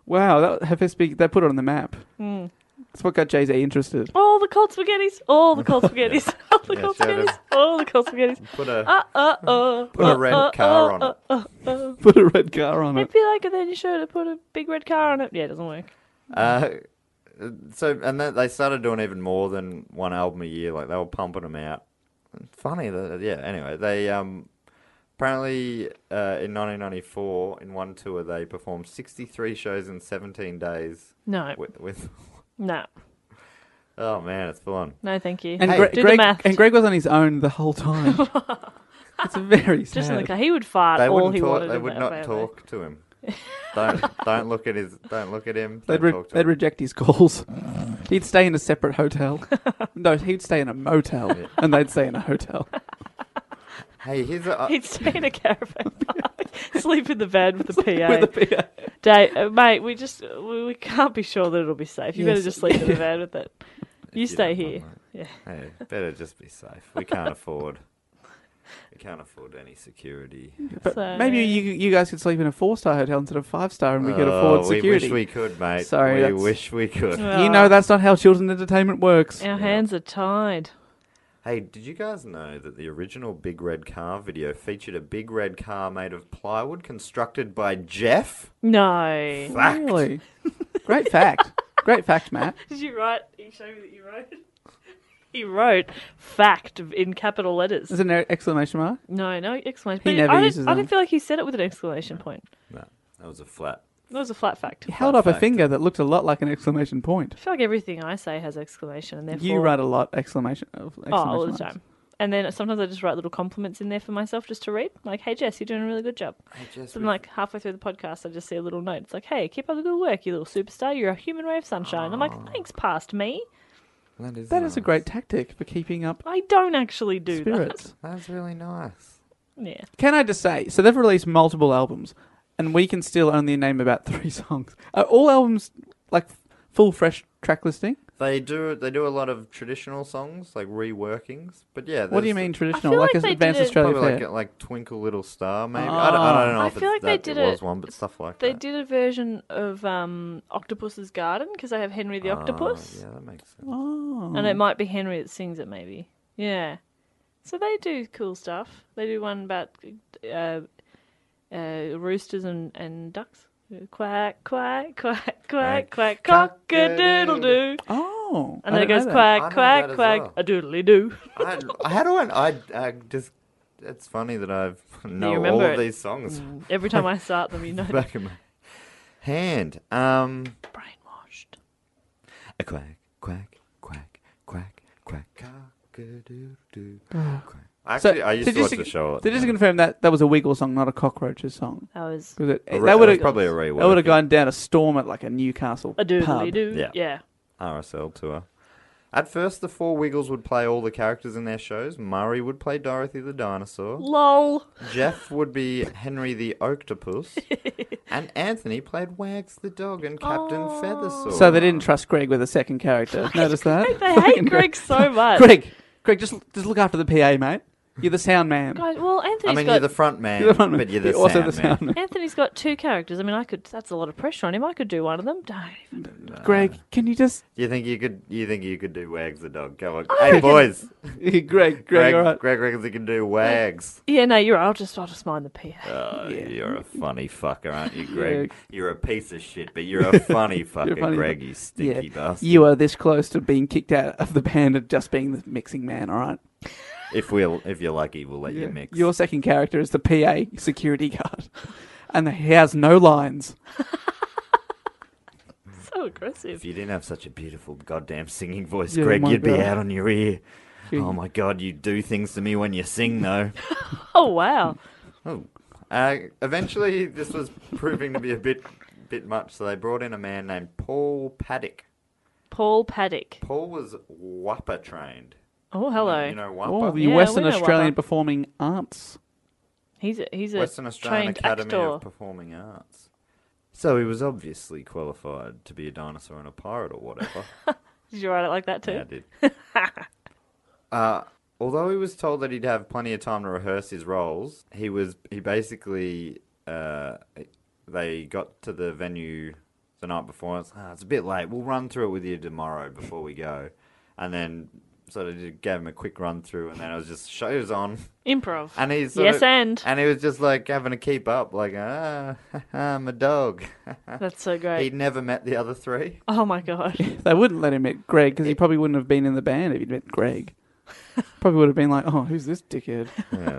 Wow, that, her first big, they put it on the map.
Hmm.
That's what got Jay Z interested. [LAUGHS]
All the cold spaghettis. All
[LAUGHS]
the cold spaghettis. All the
Yeah,
cold
shout
spaghettis.
out.
All the cold spaghettis.
Put a
Uh uh uh.
put a red car on it.
Put a red car on it.
It'd be like a then you should have put a big red car on it. Yeah, it doesn't work.
Uh, so and then they started doing even more than one album a year. Like they were pumping them out. Funny that yeah. Anyway, they um apparently uh, in 1994 in one tour they performed 63 shows in 17 days
No,
with, with
no,
oh man it's full on.
no, thank you.
And,
Hey.
Gre-
Do the
Greg,
math.
and Greg was on his own the
[LAUGHS]
whole time. it's very sad.
Just in the car, he would fart
They
all
wouldn't
he
talk.
wanted.
They
in
would
that
not
van.
talk to him. don't don't look at his. Don't look at him.
They'd,
don't
re-
talk to
they'd
him.
reject his calls. he'd stay in a
[LAUGHS]
separate hotel. no, he'd stay in a motel, and they'd stay in
[LAUGHS]
a hotel.
hey, here's a.
[LAUGHS]
uh,
He'd stay in a caravan park, sleep in the van with the PA.
With the PA.
Day, uh, mate, we just we, we can't be sure that it'll be safe. You better
Yes.
just sleep in the van with it. You stay
don't mind
here. Yeah.
Hey, better just be safe. We can't afford. We can't afford any security.
But
So-
maybe you you guys could sleep in a four star hotel instead of five star, and we could
Oh,
afford security.
We wish we could, mate.
Sorry,
we
that's-
wish we could.
You know that's not how children's entertainment works.
Our hands are tied.
Hey, did you guys know that the original Big Red Car video featured a big red car made of plywood constructed by Jeff?
No.
Fact.
Really, great
[LAUGHS]
fact. Great fact, Matt.
Did you write? You show me that you wrote. [LAUGHS] He wrote "fact" in capital letters.
Is it an exclamation mark?
No, no exclamation.
He
but
never
I don't-
uses
I
them.
don't feel like he said it with an exclamation point.
No, that was a flat.
That was a flat fact.
He held
Fun
up a
fact.
finger that looked a lot like an exclamation point.
I feel like everything I say has exclamation, and therefore
You write a lot exclamation of exclamation
oh, all the
marks.
time. And then sometimes I just write little compliments in there for myself just to read. Like, hey Jess, you're doing a really good job.
Hey, Jess,
So
we-
then, like halfway through the podcast, I just see a little note. It's like, hey, keep up the good work, you little superstar. You're a human ray of sunshine. I'm like, thanks, past me.
that is
That is a
nice.
great tactic for keeping up
I don't actually do
spirits.
That was really nice.
that. Yeah.
Can I just say, so they've released multiple albums, and we can still only name about three [LAUGHS] songs. Are all albums like full fresh track listing?
They do they do a lot of traditional songs like reworkings, but yeah.
What do you
there's-
mean traditional?
feel
Like,
like
as
they
Advanced
did it-
Australia
Probably
Fair?
like like Twinkle Little Star, maybe. I, don't, I don't know
Ah. I
if
feel
it's
like they
that
did
it
it-
was one, but stuff like
They
that.
did a version of um, Octopus's Garden because they have Henry
Ah,
the Octopus,
Ah, Yeah, that makes sense.
and it might be Henry that sings it, maybe. Yeah. So they do cool stuff. They do one about uh, uh, roosters and, and ducks. Quack, quack, quack, quack, quack, cock a doodle doo.
oh,
And
I
then it
didn't
goes
know that.
I know
quack, quack,
that as
quack,
well.
a doodly doo.
I, I had one. I, I just. It's funny that [LAUGHS] I've know all
remember
of
it? Mm.
these songs
Every time I start them, you
[LAUGHS]
know,
back in my hand. Um,
brainwashed.
a quack, quack, quack, quack, quack,
[SIGHS]
cock-a-doodle-doo, quack. Actually, I used
so
to watch
just
the show.
So just to confirm that that was a Wiggle song, not a Cockroaches song.
That was
'Cause it,
It
that
was
would have
probably a
that
reworking.
would have gone down a storm at like a Newcastle
a
pub.
doodly doo.
Yeah.
yeah.
RSL tour. At first, the Four Wiggles would play all the characters in their shows. Murray would play Dorothy the dinosaur.
Lol.
Jeff would be Henry the octopus. and Anthony played Wags the dog and Captain Feathersword.
So they didn't trust Greg with a
[LAUGHS]
second character. Notice that? [LAUGHS]
They hate Greg so much.
Greg, Greg, just just look after the PA, mate. You're the sound man.
Guys, well, Anthony's
I mean,
got
you're the front man,
You're the front man.
but you're the
also
sound
the sound
man.
man.
Anthony's got two characters. I mean, I could. That's a lot of pressure on him. I could do one of them. Don't even.
Greg, can you just [LAUGHS]
You think you could? You think you could do Wags the dog? Come on,
I
hey
reckon-
boys,
Greg, Greg,
Greg,
all right.
Greg reckons he can do Wags.
Yeah, no, you're. right. I'll just. I'll just mind the PA.
Oh, You're a funny fucker, aren't you, Greg?
[LAUGHS] Yeah.
You're a piece of shit, but
[LAUGHS]
you're a funny fucker,
funny
Greg.
fuck-
You stinky bastard.
You are this close to being kicked out of the band and just being the mixing man, all right?
If we, will if you're lucky, we'll let you mix.
Your second character is the PA security guard. [LAUGHS] And he has no lines.
So aggressive.
If you didn't have such a beautiful goddamn singing voice,
Yeah,
Greg,
my
you'd
God.
be out on your ear. Oh my god, you do things to me when you sing, though.
Oh wow.
Oh. Uh, eventually, this was proving to be a bit bit much, so they brought in a man named Paul Paddock.
Paul Paddock.
Paul was WAPA trained.
Oh hello.
You know
Oh,
WAPA?
the
Yeah, we
Western
know
Australian
Wappa.
Performing Arts.
he's a he's a
Western Australian
trained
Academy
actor.
of Performing Arts. So he was obviously qualified to be a dinosaur and a pirate or whatever.
Did you write it like that too?
Yeah, I did.
[LAUGHS]
uh, although he was told that he'd have plenty of time to rehearse his roles, he was he basically uh, they got to the venue the night before. And it's, "Ah, it's a bit late. We'll run through it with you tomorrow before we go, and then sort of did- gave him a quick run through, and then it was just shows on. [LAUGHS]
Improv.
And he's sort
yes,
of-
and
and he was just like having to keep up, like ah, [LAUGHS] I'm a dog.
that's so
he
great.
never met the other three.
Oh my god.
[LAUGHS]
They wouldn't let him meet Greg because he probably wouldn't have been in the band if he'd
[LAUGHS]
met Greg. probably would have been like, oh, who's this dickhead?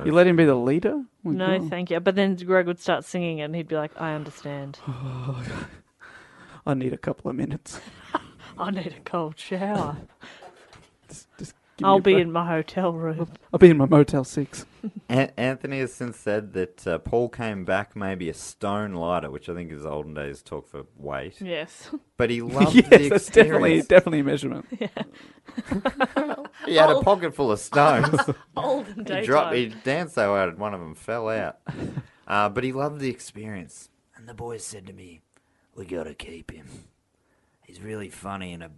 You let him be the leader? Oh My
No,
God.
thank you. But then Greg would start singing, and he'd be like,
[SIGHS]
"I understand.
I need a couple of minutes. [LAUGHS]
I need a
[LAUGHS]
cold shower.
Just, just give me
I'll
a
be
break.
in my
[LAUGHS]
hotel room."
I'll be in my Motel 6.
An- Anthony has since said that uh, Paul came back maybe a stone lighter, which I think is olden days talk for weight.
Yes.
But
[LAUGHS]
he loved
yes,
the
that's definitely,
experience.
definitely a measurement.
He had
Oh.
a pocket full of
[LAUGHS]
stones.
Olden
he
[LAUGHS] daytime.
dropped. He danced so hard, one of them
[LAUGHS]
fell out. Uh, but he loved the experience. And the boys said to me, "We got to keep him. He's really funny, and a,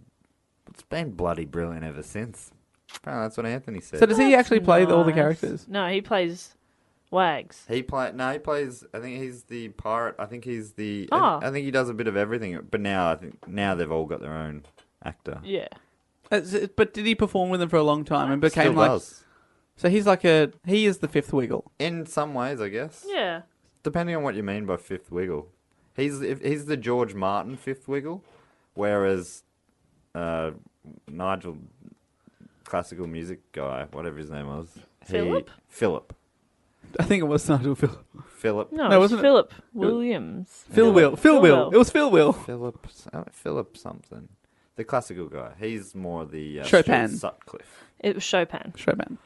it's been bloody brilliant ever since." Apparently, that's what Anthony said.
So does he actually play all the
Nice.
characters?
No, he plays Wags.
He play no, he plays. I think he's the pirate. I think he's the.
Ah.
I, I think he does a bit of everything. But now I think now they've all got their own actor.
Yeah.
Uh, s- But did he perform with them for a long time and
Still
became like?
does.
So he's like a he is the fifth Wiggle.
In some ways, I guess.
Yeah.
Depending on what you mean by fifth wiggle, he's if, he's the George Martin fifth wiggle, whereas uh, Nigel, classical music guy, whatever his name was, he-
Philip?
Philip.
I think it was Nigel Phil.
Philip.
No,
No,
it's
wasn't it-
Philip Williams.
Phil Will. Phil
Phil
Will.
Will.
It was Phil Will.
Philip. uh, Philip something. The classical guy. He's more the uh,
Chopin.
Stuart Sutcliffe.
It was Chopin.
Showman.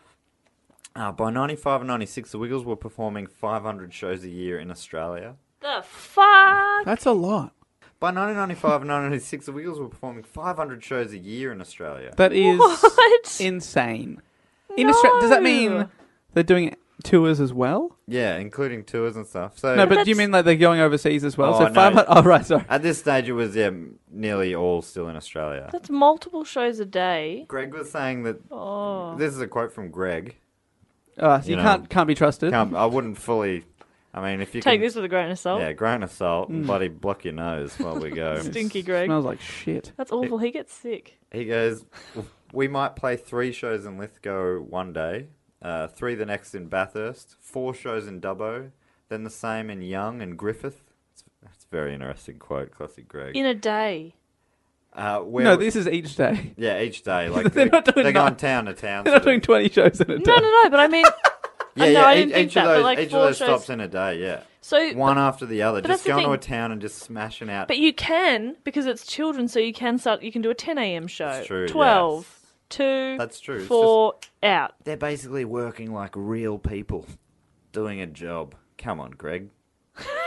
Uh, by 95 and 96, the Wiggles were performing 500 shows a year in Australia.
The fuck?
That's a lot.
By 1995 and 1996, the Wiggles were performing 500 shows a year in Australia.
That is
What?
insane. In Austra- does that mean
No.
they're doing tours as well?
Yeah, including tours and stuff. So
No, but do you
that's-
mean like they're going overseas as well?
Oh,
so
no.
five hundred. Oh right, sorry.
at this stage, it was yeah, m- nearly all still in Australia.
That's multiple shows a day. Oh.
Greg was saying that this is a quote from Greg.
Oh, so you,
You know.
can't can't be trusted.
Can't- I wouldn't fully. I mean, if you
Take
can,
this with a grain of salt.
yeah, grain of salt,
Mm.
and bloody block your nose while we go.
[LAUGHS] Stinky Greg.
Smells like shit.
That's awful. He gets sick.
He goes, We might play three shows in Lithgow one day, uh, three the next in Bathurst, four shows in Dubbo, then the same in Young and Griffith. It's- That's a very interesting quote, classic Greg.
In a day.
uh, where
No, this is each day. [LAUGHS]
Yeah, each day. Like they're,
They're not doing
they're going
nine.
town to town.
They're not
so-
doing twenty shows in a day.
No, no, no. But
[LAUGHS]
I mean,
yeah,
no,
yeah,
I
each-
didn't think
each
that,
of
but
those,
like
each of
four
those
shows-
stops in a day, yeah.
so
One after the other.
that's
Just
the
going to
thing.
a town and just smashing out.
but you can because it's children. So you can start. You can do a 10 a.m. show.
That's true, yeah.
12, two,
That's true. It's
four out.
They're basically working like real people, doing a job. Come on, Greg.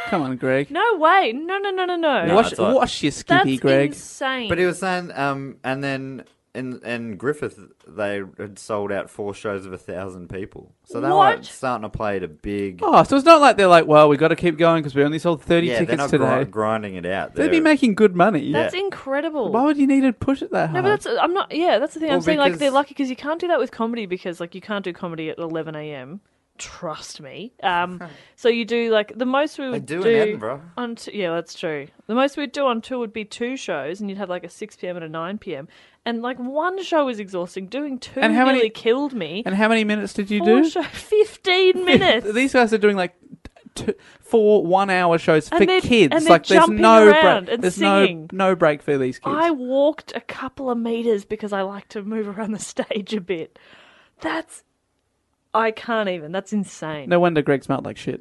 Come on, Greg.
No way. No, no, no, no, no.
No,
wash,
it's like-
wash your
That's
skippy, Greg.
insane.
But he was saying, um, and then in in Griffith, they had sold out four shows of a thousand people, so they
What?
were starting to play to big.
Oh, so it's not like they're like, well, we got to keep going because we only sold 30
yeah, they're
tickets
not
today.
gri- grinding it out.
They'd be
They're-
making good money.
That's incredible.
Why would you need to push it that
no,
hard?
but that's uh, I'm not. Yeah, that's the thing I'm
Well,
saying. Like
because-
they're lucky because you can't do that with comedy because like you can't do comedy at 11 a.m. Trust me. Um, so you do like the most we would
do in Edinburgh.
On t- yeah, that's true. The most we'd do on tour would be two shows, and you'd have like a 6 p.m. and a 9 p.m. And like one show is exhausting. Doing two
And how many-
nearly killed me.
and how many minutes did you
Four
do?
show-
[LAUGHS]
15 minutes.
These guys are doing like t- t- four one-hour shows
And
for
they're-
kids.
and they're
like, there's
jumping
no
around
break.
and
there's
singing.
no no break for these kids.
I walked a couple of meters because I like to move around the [LAUGHS] stage a bit. That's I can't even. That's insane.
No wonder Greg smelled like shit.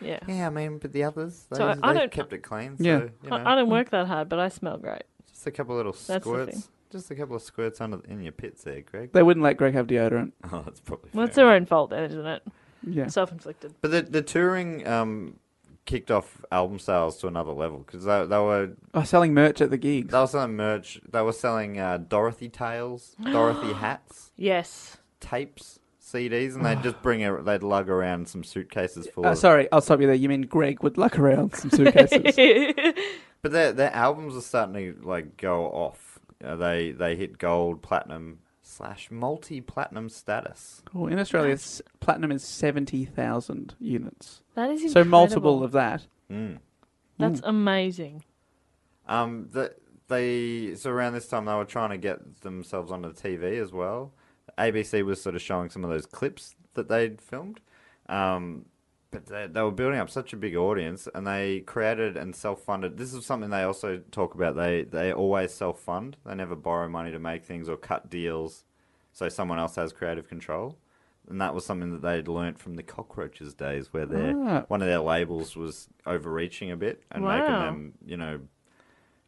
Yeah.
Yeah, I mean, but the others, they,
So I- I
they
don't-
kept it clean.
Yeah.
so, you know,
I, I don't work that hard, but I smell great.
just a couple little
the thing.
squirts, just a couple of squirts under in your pits there, Greg.
They wouldn't let Greg have deodorant.
[LAUGHS] Oh, that's probably.
Well,
fair.
it's their own fault then, isn't it?
Yeah.
Self inflicted.
But the, the touring um, kicked off album sales to another level because they, they were
Oh, selling merch at the gigs.
they were selling merch. They were selling uh, Dorothy tales, [GASPS] Dorothy hats,
Yes.
tapes, CDs, and they'd just bring a, they'd lug around some suitcases full.
Uh,
of-
sorry, I'll stop you there. You mean Greg would luck around
[LAUGHS]
some suitcases?
But their their albums are starting to like go off. Uh, they they hit gold, platinum slash multi platinum status.
oh, in Australia, s- platinum is seventy thousand units.
That is
So
incredible.
multiple of that.
That's amazing.
Um, the, they so around this time they were trying to get themselves onto the TV as well. ABC was sort of showing some of those clips that they'd filmed, um, but they, they were building up such a big audience, and they created and self-funded. This is something they also talk about. They they always self-fund. They never borrow money to make things or cut deals, so someone else has creative control. And that was something that they'd learnt from the cockroaches days, where their one of their labels was overreaching a bit and making
Wow.
them, you know,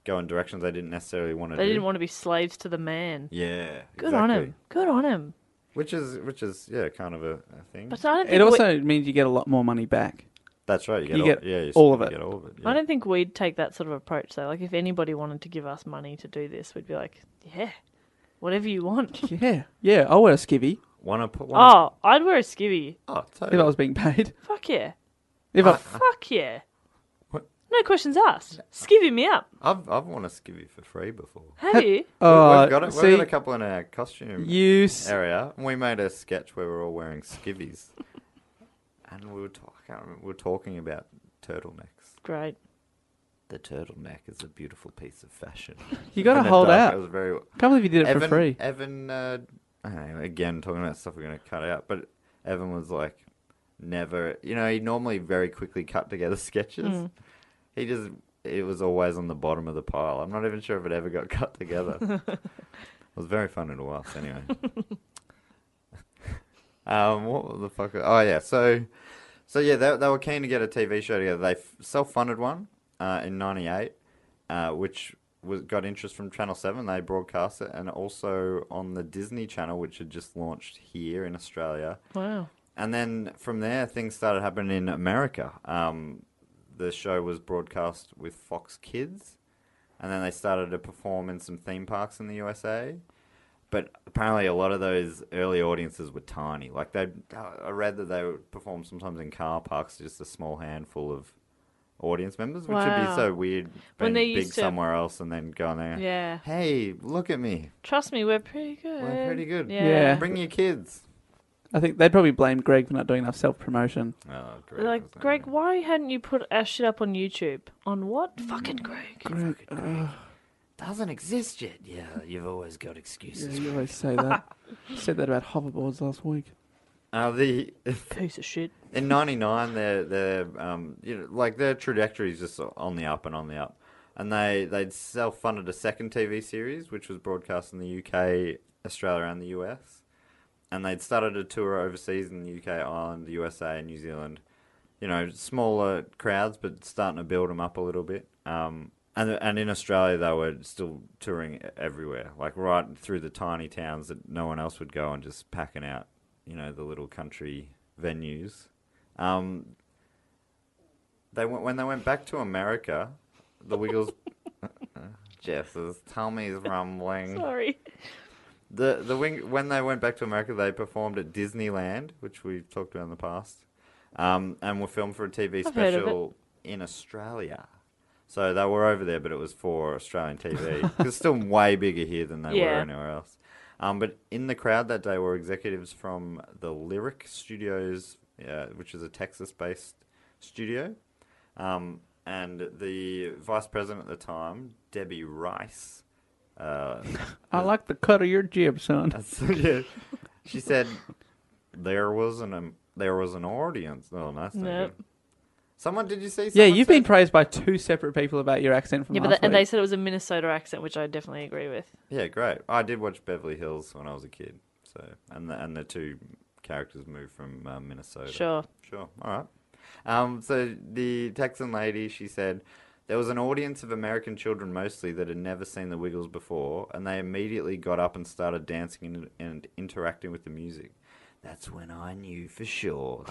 go in directions they didn't necessarily want to
They
do.
didn't want to be slaves to the man.
yeah.
Good on
exactly.
him. Good on him.
Which is which is yeah, kind of a, a thing.
But I don't think
It
we-
also means you get a lot more money back.
That's right. You get,
you
all,
get
yeah, you
all of
still
it.
Get all of it.
I
Yeah.
don't think we'd take that sort of approach though. Like if anybody wanted to give us money to do this, we'd be like, yeah, whatever you want.
[LAUGHS] Yeah, yeah. I wear a skivvy
Want to put one?
Oh, I'd wear a skivvy.
Oh,
if I was being paid.
Fuck yeah.
If
Uh,
I,
Fuck yeah.
What?
No questions asked. Skivvy me up.
I've I've won a skivvy for free before.
Have you?
oh,
we've got it.
see,
we've got a couple in our costume
you s-
area, and we made a sketch where we're all wearing skivvies, [LAUGHS] and we were talking. I can't remember. We were talking about turtlenecks.
Great.
The turtleneck is a beautiful piece of fashion.
you got
In
to
the
hold
dark,
out.
It was very
Can't believe you did it
Evan,
for free.
Evan, uh, I don't know, again, talking about stuff we're going to cut out, but Evan was like, never, you know, he normally very quickly cut together [LAUGHS] sketches. He just, it was always on the bottom of the pile. I'm not even sure if it ever got cut together. it was very fun to watch, anyway. [LAUGHS] um, what the fuck? Oh, yeah, so, so yeah, they, they were keen to get a TV show together. They f- self funded one uh, in 98 uh, which was got interest from Channel Seven. They broadcast it, and also on the Disney Channel, which had just launched here in Australia.
Wow.
And then from there, things started happening in America. Um, the show was broadcast with Fox Kids, and then they started to perform in some theme parks in the USA. But apparently, a lot of those early audiences were tiny. Like they, I read that they would perform sometimes in car parks, just a small handful of audience members, which would be
Wow.
so weird.
When
Being
they're
big
used to-
somewhere else, and then going there.
Yeah.
Hey, look at me.
Trust me, we're pretty good.
We're pretty good.
Yeah.
Yeah.
Bring your kids.
I think they'd probably blame Greg for not doing enough self promotion.
Oh, great.
Like, Greg, why hadn't you put our shit up on YouTube? On what? Fucking Mm. Greg.
doesn't exist yet. Yeah, you've always got excuses.
You always say [LAUGHS] that. You said that about hoverboards last week.
Uh, the
Piece of shit.
in '99, their their um, you know, like their trajectory is just on the up and on the up, and they they'd self funded a second TV series which was broadcast in the UK, Australia, and the US, and they'd started a tour overseas in the UK, Ireland, the USA, and New Zealand. You know, smaller crowds, but starting to build them up a little bit. Um, and and in Australia, they were still touring e-, everywhere, like right through the tiny towns that no one else would go, and just packing out, you know, the little country venues. Um, [LAUGHS] they went when they went back to America. The Wiggles. uh, Jess's tummy's
Mm.
rumbling.
Sorry.
The the wing when they went back to America, they performed at Disneyland, which we talked about in the past, um, and were filmed for a TV
heard of
special in Australia. So they were over there, but it was for Australian TV. 'Cause it's
[LAUGHS]
still way bigger here than they were
Yeah.
anywhere else. Um, but in the crowd that day were executives from the Lyric Studios, uh, which is a Texas-based studio. Um, and the vice president at the time, Debbie Rice, uh,
I like the cut of your jib, son.
that's- yeah. She said there was an um, there was an audience. Oh, that's not
Nope.
good. Someone did you see?
[LAUGHS] Yeah,
someone
you've been
said-
praised by two separate people about your accent from
Yeah, but
last
they, and they
week.
said it was a Minnesota accent, which I definitely agree with.
Yeah, great. I did watch Beverly Hills when I was a kid. So and the, and the two characters moved from uh, Minnesota.
Sure.
Sure. All right. Um, so the Texan lady, she said, there was an audience of American children mostly that had never seen the Wiggles before, and they immediately got up and started dancing and, and interacting with the music. That's when I knew for sure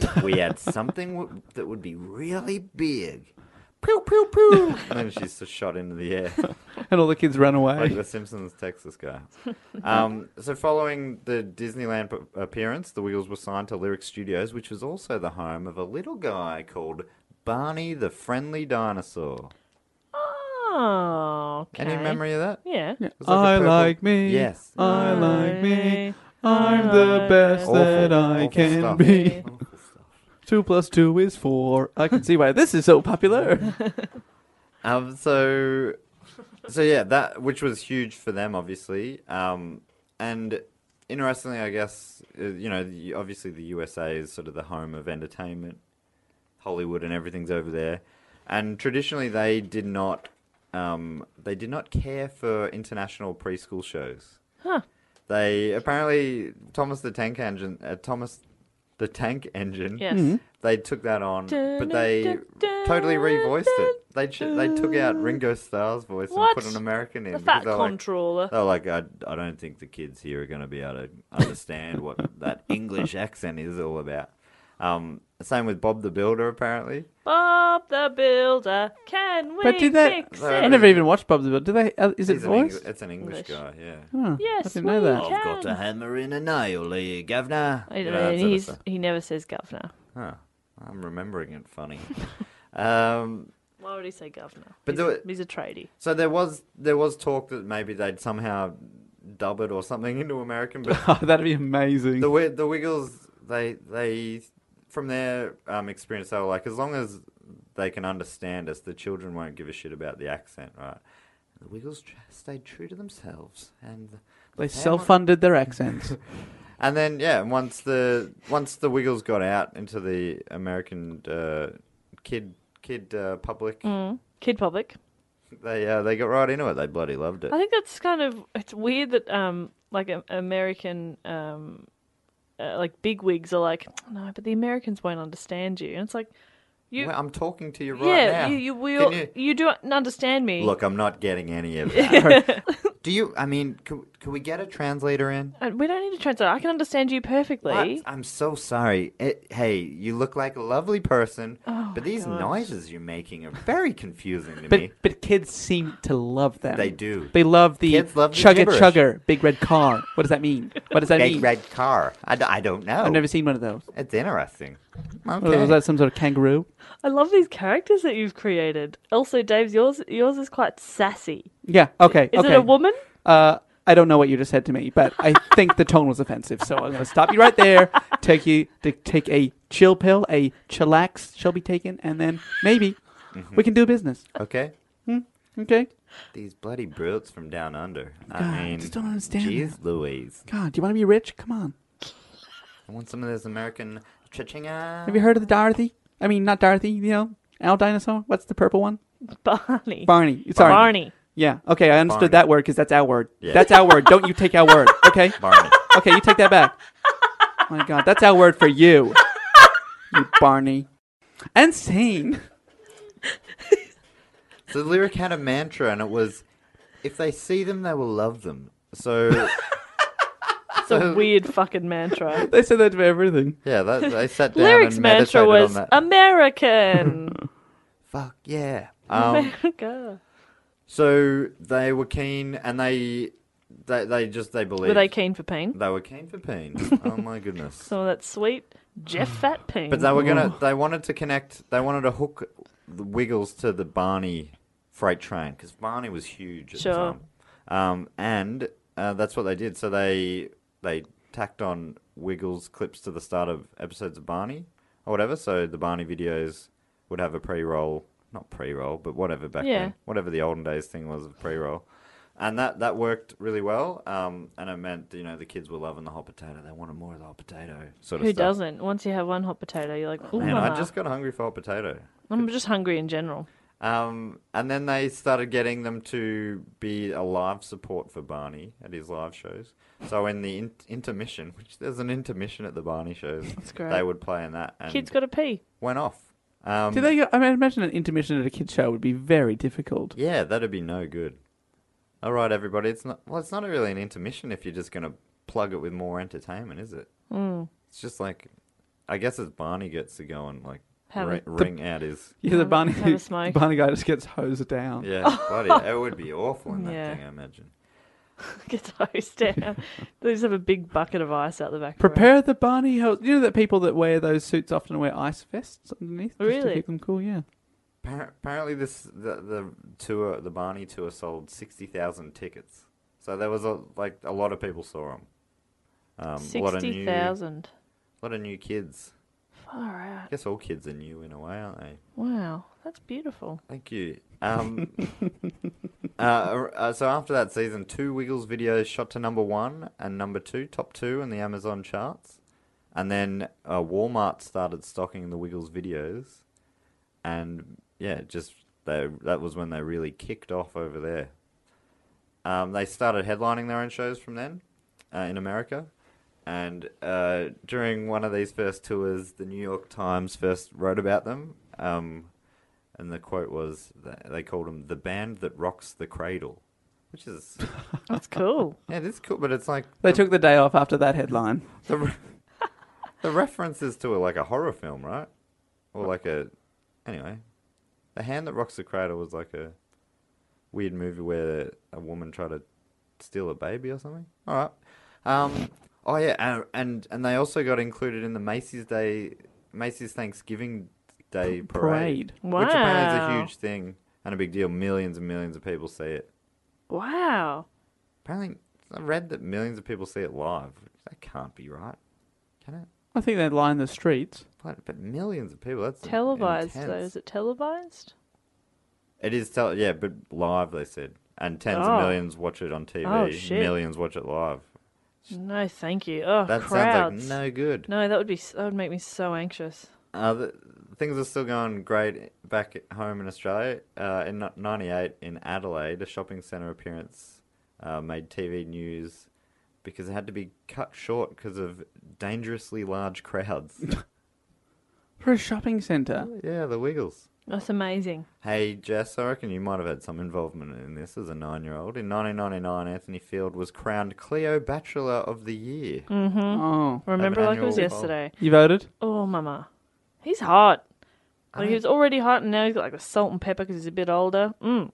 that we had something w- that would be really big. Pew pew pew, and then she's just shot into the air
and all the kids run
like
[LAUGHS] away.
the Simpsons Texas guy. Um, so following the Disneyland p- appearance, the Wiggles were signed to Lyric Studios, which was also the home of a little guy called Barney the Friendly Dinosaur.
Oh, okay.
Any memory of that?
Yeah.
It was like a
I
purple-
like me.
Yes.
I like me. I'm
I
the
like
best
Awful,
that I
awful
can
stuff.
be.
Awful stuff.
Two plus two is four. I can see why this is so
[LAUGHS]
popular.
Um, so, so yeah, that which was huge for them, obviously. Um, and interestingly, I guess uh, you know, the, obviously the USA is sort of the home of entertainment, Hollywood, and everything's over there. And traditionally, they did not, um, they did not care for international preschool shows. They apparently Thomas the Tank Engine, uh, Thomas the Tank Engine.
Yes. Mhm.
They took that on, but
Dun,
they
dun, dun,
totally
dun,
revoiced
dun,
it. They ch- they took out Ringo Starr's voice
Uh, What?
and put an American in.
The
because
fat
they're like-
controller.
they're like, I, I don't think the kids here are going to be able to understand what that English accent is all about. Um, same with Bob the Builder, apparently.
Bob the Builder, can we
but did they?
fix
I
it?
never even watched Bob the Builder. Do they? Uh, is it
He's an Eng-
voice?
it's an English,
English.
guy, yeah.
yes,
didn't know
we
that.
Can.
I've got a hammer in a nail here, governor.
I
You
don't
know,
know,
that sort of
he's,
stuff.
he never says governor.
Huh. I'm remembering it funny. [LAUGHS] um,
Why would he say governor?
But
he's,
do
a,
it-
he's a tradie.
So there was there was talk that maybe they'd somehow dub it or something into American, but
Oh, [LAUGHS] that'd be amazing.
the Wi- the Wiggles they they from their um, experience they were like as long as they can understand us, the children won't give a shit about the accent, right? The Wiggles tr- stayed true to themselves, and the
they
family-
uh, self-funded
[LAUGHS]
their accents.
And then yeah, and once the once the Wiggles got out into the American uh, kid kid uh, public,
Mm. Kid public.
they uh, they got right into it. They bloody loved it.
I think that's kind of it's weird that um like a, American um uh, like bigwigs are like "Oh, no, but the Americans won't understand you, and it's like you
Well, I'm talking to you right
yeah
now.
you you
Can
will
you-
you... don't understand me.
Look, I'm not getting any
[LAUGHS]
of that. Do you? I mean, can, can we get a translator in?
And we don't need to translate. I can understand you perfectly.
What? I'm so sorry. It, hey, you look like a lovely person,
Oh
but these noises you're making are very confusing to
But
me.
but kids seem to love them.
They
[LAUGHS]
do.
They love the
Kids love the
chugger
gibberish.
chugger big red car. What does that mean? What does that mean?
Big red car. I, d- I don't know.
I've never seen one of those.
It's interesting.
What
Okay.
Was that some sort of kangaroo?
I love these characters that you've created. Also, Dave's yours yours is quite sassy.
Yeah. Okay.
Is
okay.
it a woman? [LAUGHS]
Uh, I don't know what you just said to me, but I think the tone was offensive, so I'm going to stop you
[LAUGHS]
right there. Take you to take a chill pill, a chillax shall be taken, and then maybe
Mm-hmm.
we can do business.
okay.
Okay.
These bloody brutes from down under. I mean,
just don't understand
Jeez, Louise.
God, do you want to be rich? Come on.
I want some of this American cha-chinga.
Have you heard of the Dorothy? I mean, not Dorothy. You know, Al dinosaur. What's the purple one?
Barney.
Barney. Sorry.
Barney.
Yeah. Okay, I understood
Barney.
that word because that's our word.
Yeah.
That's our word. Don't you take
[LAUGHS]
our word. Okay.
Barney.
Okay, you take that back. my God, that's our word for you, you Barney. And sane.
The lyric had a mantra, and it was, "If they see them, they will love them."
[LAUGHS]
So [LAUGHS]
It's a weird fucking mantra.
[LAUGHS] They said that to everything.
yeah, that, they sat down
Lyrics
and
mantra
meditated
was um,
on that.
American. [LAUGHS]
Fuck yeah! [LAUGHS] Um,
America.
So they were keen, and they they they just they believed
Were they keen for pain?
they were keen for
[LAUGHS]
pain. oh my goodness!
Some of that sweet
[SIGHS]
Jeff Fat pain.
But they were gonna. They wanted to connect. They wanted to hook the Wiggles to the Barney freight train because Barney was huge at
Sure.
the time. Um, and uh, that's what they did. So they they tacked on Wiggles clips to the start of episodes of Barney or whatever. So the Barney videos would have a pre-roll, not pre-roll, but whatever back
Yeah.
then, whatever the olden days thing was of pre-roll. And that, that worked really well, um, and it meant you know the kids were loving the hot potato. They wanted more of the hot potato sort of
Who
stuff.
doesn't? Once you have one hot potato, you're like, oh,
Man,
mama.
I
[LAUGHS]
just got hungry for hot potato.
I'm just hungry in general.
Um, and then they started getting them to be a live support for Barney at his live shows. So in the in- intermission, which there's an intermission at the Barney shows,
great.
they would play in that and
Kids got to pee.
went off. Um,
Do they? Go, I mean, imagine an intermission at a kids show would be very difficult.
Yeah, that'd be no good. All right, everybody. It's not well. It's not really an intermission if you're just gonna plug it with more entertainment, is it? Mm.
Hmm.
It's just like, I guess as Barney gets to go and like
Have
ri-
a-
ring out his
Yeah, the Barney, [LAUGHS]
have a smoke.
the Barney guy just gets hosed down.
[LAUGHS]
yeah, bloody, it would be awful in that
Yeah.
thing. I imagine.
[LAUGHS] Gets hosed down.
[LAUGHS]
they just have a big bucket of ice out the back. for it.
Prepare the Barney hose. You know that people that wear those suits often wear ice vests underneath just
Really?
to keep them cool. Yeah.
Appar- Apparently, this the, the tour, the Barney tour, sold sixty thousand tickets. So there was a like a lot of people saw them. Um, a lot of
Sixty
new,
thousand.
lot of new kids.
Far out.
I guess all kids are new in a way, aren't they?
Wow, that's beautiful.
Thank you. Um, [LAUGHS] uh, uh, so after that season, two Wiggles videos shot to number one and number two, top two in the Amazon charts, and then uh, Walmart started stocking the Wiggles videos, and yeah, just they that was when they really kicked off over there. Um, they started headlining their own shows from then uh, in America. And uh, during one of these first tours, the New York Times first wrote about them. Um, and the quote was that they called them the band that rocks the cradle, which is, [LAUGHS]
That's cool.
yeah, it is cool, but it's like
They took the day off after that headline.
the, re- [LAUGHS] the references to like a horror film, right? Or like a. Anyway, the hand that rocks the cradle was like a weird movie where a woman tried to steal a baby or something. All right. Um, oh yeah, and, and and they also got included in the Macy's Day, Macy's Thanksgiving Day parade,
parade.
which apparently is a
Wow.
huge thing and a big deal. Millions and millions of people see it.
Wow.
Apparently, I read that millions of people see it live. That can't be right, can it?
I think they lined the streets.
But, but millions of people. That's
Televised though.
intense.
Is it televised?
It is tele. Yeah, but live they said, and tens
Oh.
of millions watch it on TV.
Oh, shit.
Millions watch it live.
No, thank you. Oh,
That
crowds.
sounds like no good.
no, that would be that would make me so anxious.
Uh, th things are still going great back at home in Australia. Uh, in n- '98 in Adelaide, a shopping centre appearance uh, made TV news because it had to be cut short because of dangerously large
[LAUGHS]
crowds.
For a shopping centre.
yeah, the Wiggles.
That's amazing.
Hey Jess, I reckon you might have had some involvement in this as a nine-year-old. In 1999, Anthony Field was crowned Clio Bachelor of the Year.
Mm-hmm.
Oh.
Remember like it was
annual-
yesterday.
You voted?
Oh, mama, he's hot. Like he was already hot, and now he's got like the salt and pepper because he's a bit older. Mm.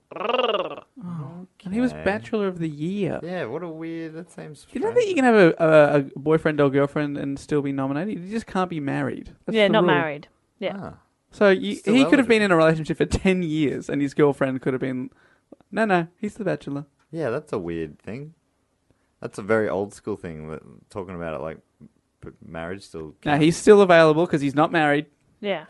And he was
Okay.
Bachelor of the Year.
Yeah, what a weird. That seems.
You don't think you can have a, a, a boyfriend or girlfriend and still be nominated? You just can't be married. That's
Yeah,
the
not
rule.
married. Yeah.
Ah.
So you,
Still
he could have been
eligible.
in a relationship for 10 years and his girlfriend could have been, no, no, he's the Bachelor.
Yeah, that's a weird thing. That's a very old school thing. That, talking about it like, but marriage still.
Now he's still available because he's not married.
Yeah.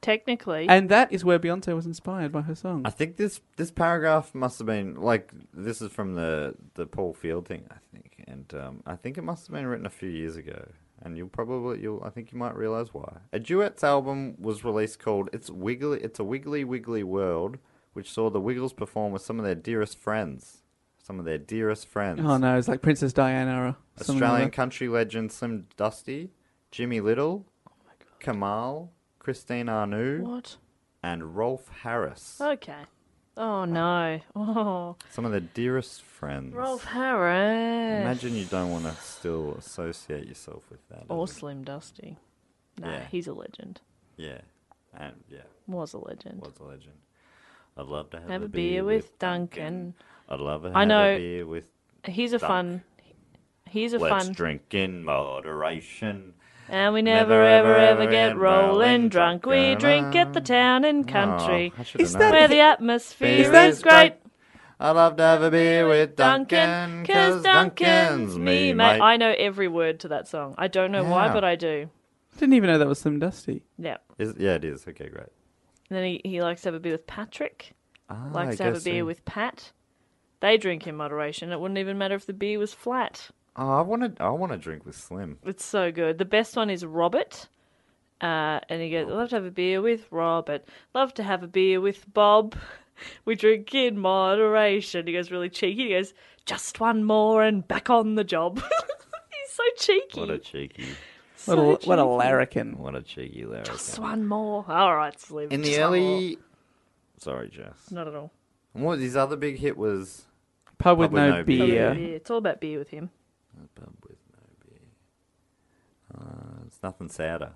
Technically.
And that is where Beyonce was inspired by her song.
I think this this paragraph must have been like this is from the the Paul Field thing, I think, and um, I think it must have been written a few years ago. And you'll probably you'll I think you might realize why. A duets album was released called "It's Wiggly It's a Wiggly Wiggly World," which saw the Wiggles perform with some of their dearest friends, some of their dearest friends.
Oh no, it's like Princess Diana or something like
Australian
that.
country legend Slim Dusty, Jimmy Little, Kamal, Christine Arnoux,
Oh what?
and Rolf Harris.
Okay. Oh no. Oh,
Some of the dearest friends.
Rolf Harris.
Imagine you don't want to still associate yourself with that. is
Or
it?
Slim Dusty. Nah,
Yeah.
he's a legend.
Yeah. And yeah,
Was a legend.
was a legend. I'd love to have,
Have a beer with Duncan.
I'd love to have
I know-
a beer with.
He's a
Dunk.
fun. He's a
Let's
fun.
drink in moderation.
And we never, ever, ever, get rolling drunk. We drink at the town and country.
Oh, I should've
Is that-
known.
where the atmosphere is
Beer is
great.
great. I'd love to have a beer with Duncan,
Duncan,
'cause
cause Duncan's me, mate. I know every word to that song. I don't know why,
Yeah.
but I do.
Didn't even know that was Slim Dusty.
Yeah.
Is, yeah, it is. Okay, great.
And then he, he likes to have a beer with Patrick.
Ah,
likes
I
to have a
guess
beer
so.
with Pat. They drink in moderation. It wouldn't even matter if the beer was flat.
Oh, I want to. I want to drink with Slim.
It's so good. The best one is Robert. Uh, and he goes, Love to have a beer with Robert. Love to have a beer with Bob. [LAUGHS] We drink in moderation. He goes really cheeky. He goes, Just one more and back on the job. [LAUGHS] He's so cheeky.
What a cheeky.
What a, what a larrikin.
What a cheeky Larry.
Just one more. All right, Slim.
In the
Just one more.
early. Sorry, Jess.
Not at all.
And what his other big hit was?
Pub with
Pub with
no
no
Not
beer.
about beer. It's all about beer with him.
It's nothing sadder.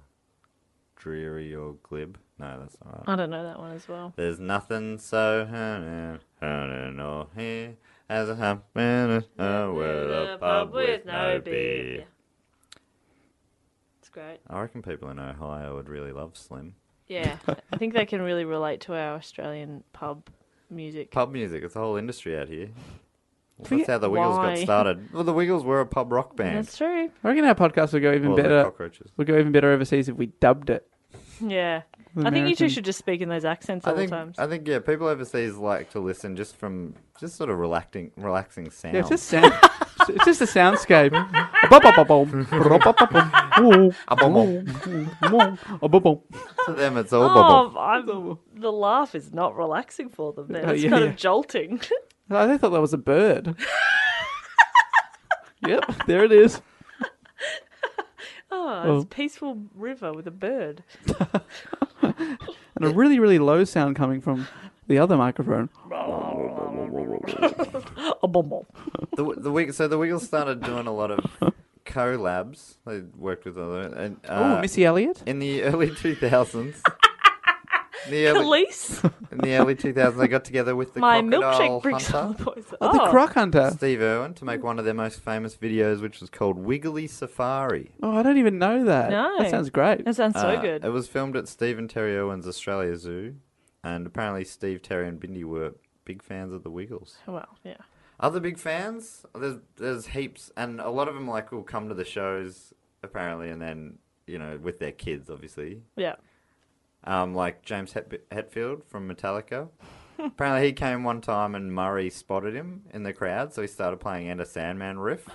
Dreary or glib. No, that's not right.
I don't know that one as well.
There's nothing so hurting, hurting or here as a happening uh, with a pub with no beer.
It's great.
I reckon people in Ohio would really love Slim.
Yeah, I think they can really relate to our Australian pub music.
Pub music, it's a whole industry out here. Well,
Forget
that's how the Wiggles got
why.
[LAUGHS]
started. Well, the Wiggles were a pub rock band.
That's true.
I reckon our podcast would go even
Well, the
better.
cockroaches.
Would go even better overseas if we dubbed it.
Yeah. I think you two
American-
should just speak in those accents
I
all
think,
the times.
I think, yeah, people overseas like to listen just from just sort of relaxing, relaxing sounds.
Yeah, it's just sound. it's just a [LAUGHS] soundscape. Ba-ba-ba-boom, ba-ba-ba-boom, woo, woo, woo, woo, ba-boom.
to them, it's all bubble.
Oh, I'm, the laugh is not relaxing for them. Then
Oh,
it's
yeah,
kind
yeah.
of jolting. [LAUGHS]
I they thought that was a bird. yep, there it is.
oh, it's peaceful river with a bird.
And a really, really low sound coming from the other microphone.
A bumble.
The, the Wig- so the Wiggles started doing a lot of collabs. They worked with other. And, uh,
Oh, Missy Elliott.
in the early
[LAUGHS]
2000s. in the early,
Police.
in the early 2000s, they got together with the
My
crocodile
milkshake brings all [LAUGHS]
hunter,
the boys.
Oh, the croc hunter.
Steve Irwin, to make one of their most famous videos, which was called Wiggly Safari.
Oh, I don't even know that.
No.
That sounds great.
That sounds so
Uh,
good.
It was filmed at Steve and Terry Irwin's Australia Zoo, and apparently Steve, Terry, and Bindi were big fans of the Wiggles.
Well, yeah.
Other big fans? There's there's heaps, and a lot of them like will come to the shows apparently, and then you know with their kids obviously.
Yeah.
Um, like James Het- Hetfield from Metallica. apparently he came one time and Murray spotted him in the crowd, so he started playing Enter Sandman riff.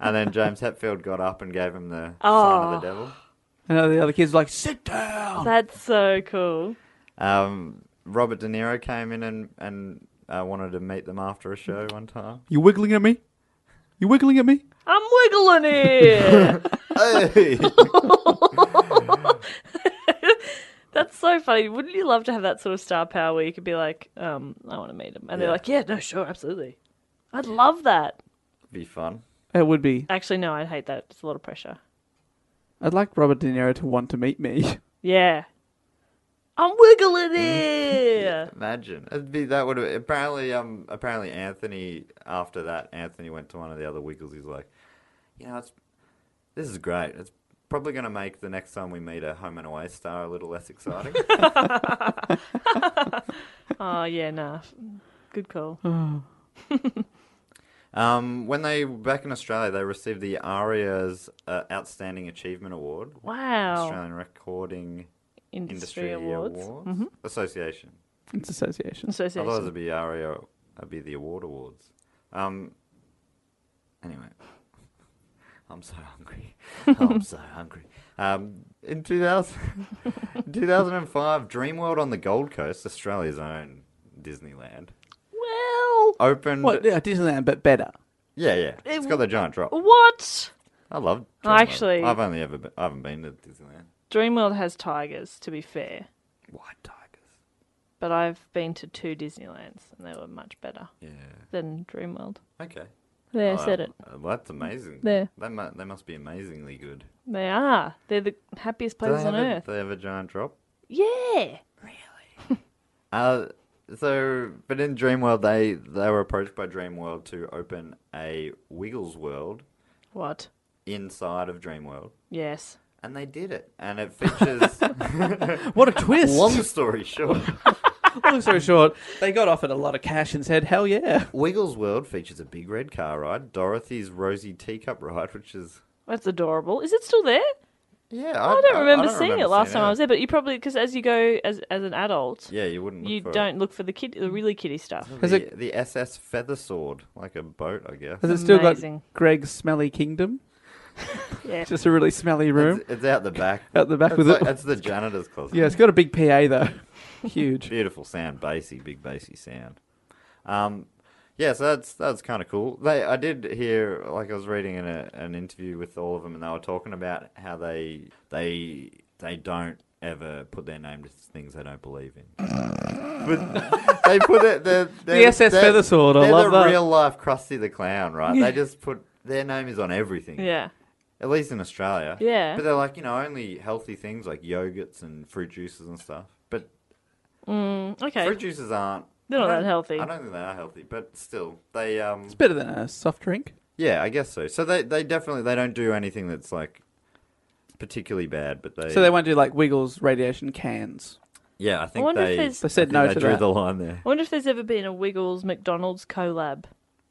and then James Hetfield got up and gave him the sign of the devil.
And the other kids were like, sit down.
That's so cool.
Um, Robert De Niro came in and and uh, wanted to meet them after a show one time.
You wiggling at me? You wiggling at me?
I'm wiggling here.
Hey! [LAUGHS]
That's so funny. Wouldn't you love to have that sort of star power where you could be like, um, I want to meet him, and they're
Yeah.
like, Yeah, no, sure, absolutely. I'd love that.
Be fun.
It would be.
Actually, no, I'd hate that. It's a lot of pressure.
I'd like Robert De Niro to want to meet me. [LAUGHS]
Yeah. I'm wiggling
Mm-hmm.
here.
[LAUGHS] Imagine it'd be that would apparently um apparently Anthony after that Anthony went to one of the other Wiggles. He's like, you know, it's this is great. It's probably going to make the next time we meet a home and away star a little less [LAUGHS] exciting.
oh yeah, nah. Good call.
Hmm. um, when they back in Australia, they received the ARIA's uh, Outstanding Achievement Award,
Wow.
Australian Recording Oh. Industry
Industry, awards.
Awards, Mm-hmm. Association.
It's association.
Association.
Otherwise, it'd be ARIA. E It'd be the award awards. Um. Anyway, [LAUGHS] I'm so hungry. [LAUGHS] I'm so hungry. Um, in 2000, [LAUGHS] 2005, Dreamworld on the Gold Coast, Australia's own Disneyland,
Well,
opened.
What? Yeah, Disneyland, but better.
Yeah, yeah. It's got the giant drop.
what?
I love. Dreamworld.
Actually-
I've only ever. Been, I haven't been to Disneyland.
Dreamworld has tigers. To be fair,
White tigers.
but I've been to two Disneylands, and they were much better
Yeah.
than Dreamworld.
Okay.
There, I
Oh,
said it.
uh, well, that's amazing.
There.
They, mu- they must be amazingly good.
They are. They're the happiest
Do they
places on
have a-
earth.
they have a giant drop?
Yeah.
Uh, so, but in Dreamworld, they they were approached by Dreamworld to open a Wiggles World
What?
inside of Dreamworld,
Yes.
and they did it. And it
[LAUGHS]
features.
[LAUGHS] What a twist!
long story short,
Long story short, they got offered a lot of cash and said, "Hell yeah!"
Wiggles World features a big red car ride, Dorothy's rosy teacup ride, which is
That's adorable. Is it still there?
yeah.
I don't remember
don't
seeing
remember
it last
seeing
time I was there, but you probably because as you go as as an adult,
Yeah, you wouldn't. Look
you
for it.
don't look for the kid the really kiddie stuff.
Has
the,
it-
the SS Feather Sword, like a boat, I guess.
Has it still
Amazing.
got Greg's smelly kingdom?
[LAUGHS] Yeah.
Just a really smelly room.
It's, it's out the back.
Out the back
it's
with
like,
it.
It's the janitor's closet.
Yeah, it's got a big PA though. [LAUGHS] Huge.
Beautiful sound, bassy, big bassy sound. Um, yeah, so that's that's kind of cool. They, I did hear, like, I was reading in a, an interview with all of them, and they were talking about how they they they don't ever put their name to things they don't believe in. but [LAUGHS] they put it. They're, they're,
The SS
they're-
Feather Sword, I
they're
love
the
that.
real life Krusty the Clown, right? They just put their name is on everything.
[LAUGHS] Yeah.
At least in Australia.
Yeah.
But they're like, you know, only healthy things like yogurts and fruit juices and stuff. But
Okay.
fruit juices aren't.
They're not
I don't-
that healthy.
I don't think they are healthy, but still, they um.
It's better than a soft drink.
Yeah, I guess so. So they they definitely they don't do anything that's like particularly bad, but they.
So they won't do like Wiggles radiation cans.
Yeah, I think
wonder if
they.
there's-
They said
I think
no
they
to
drew
that.
the line there.
I wonder if there's ever been a Wiggles McDonald's collab.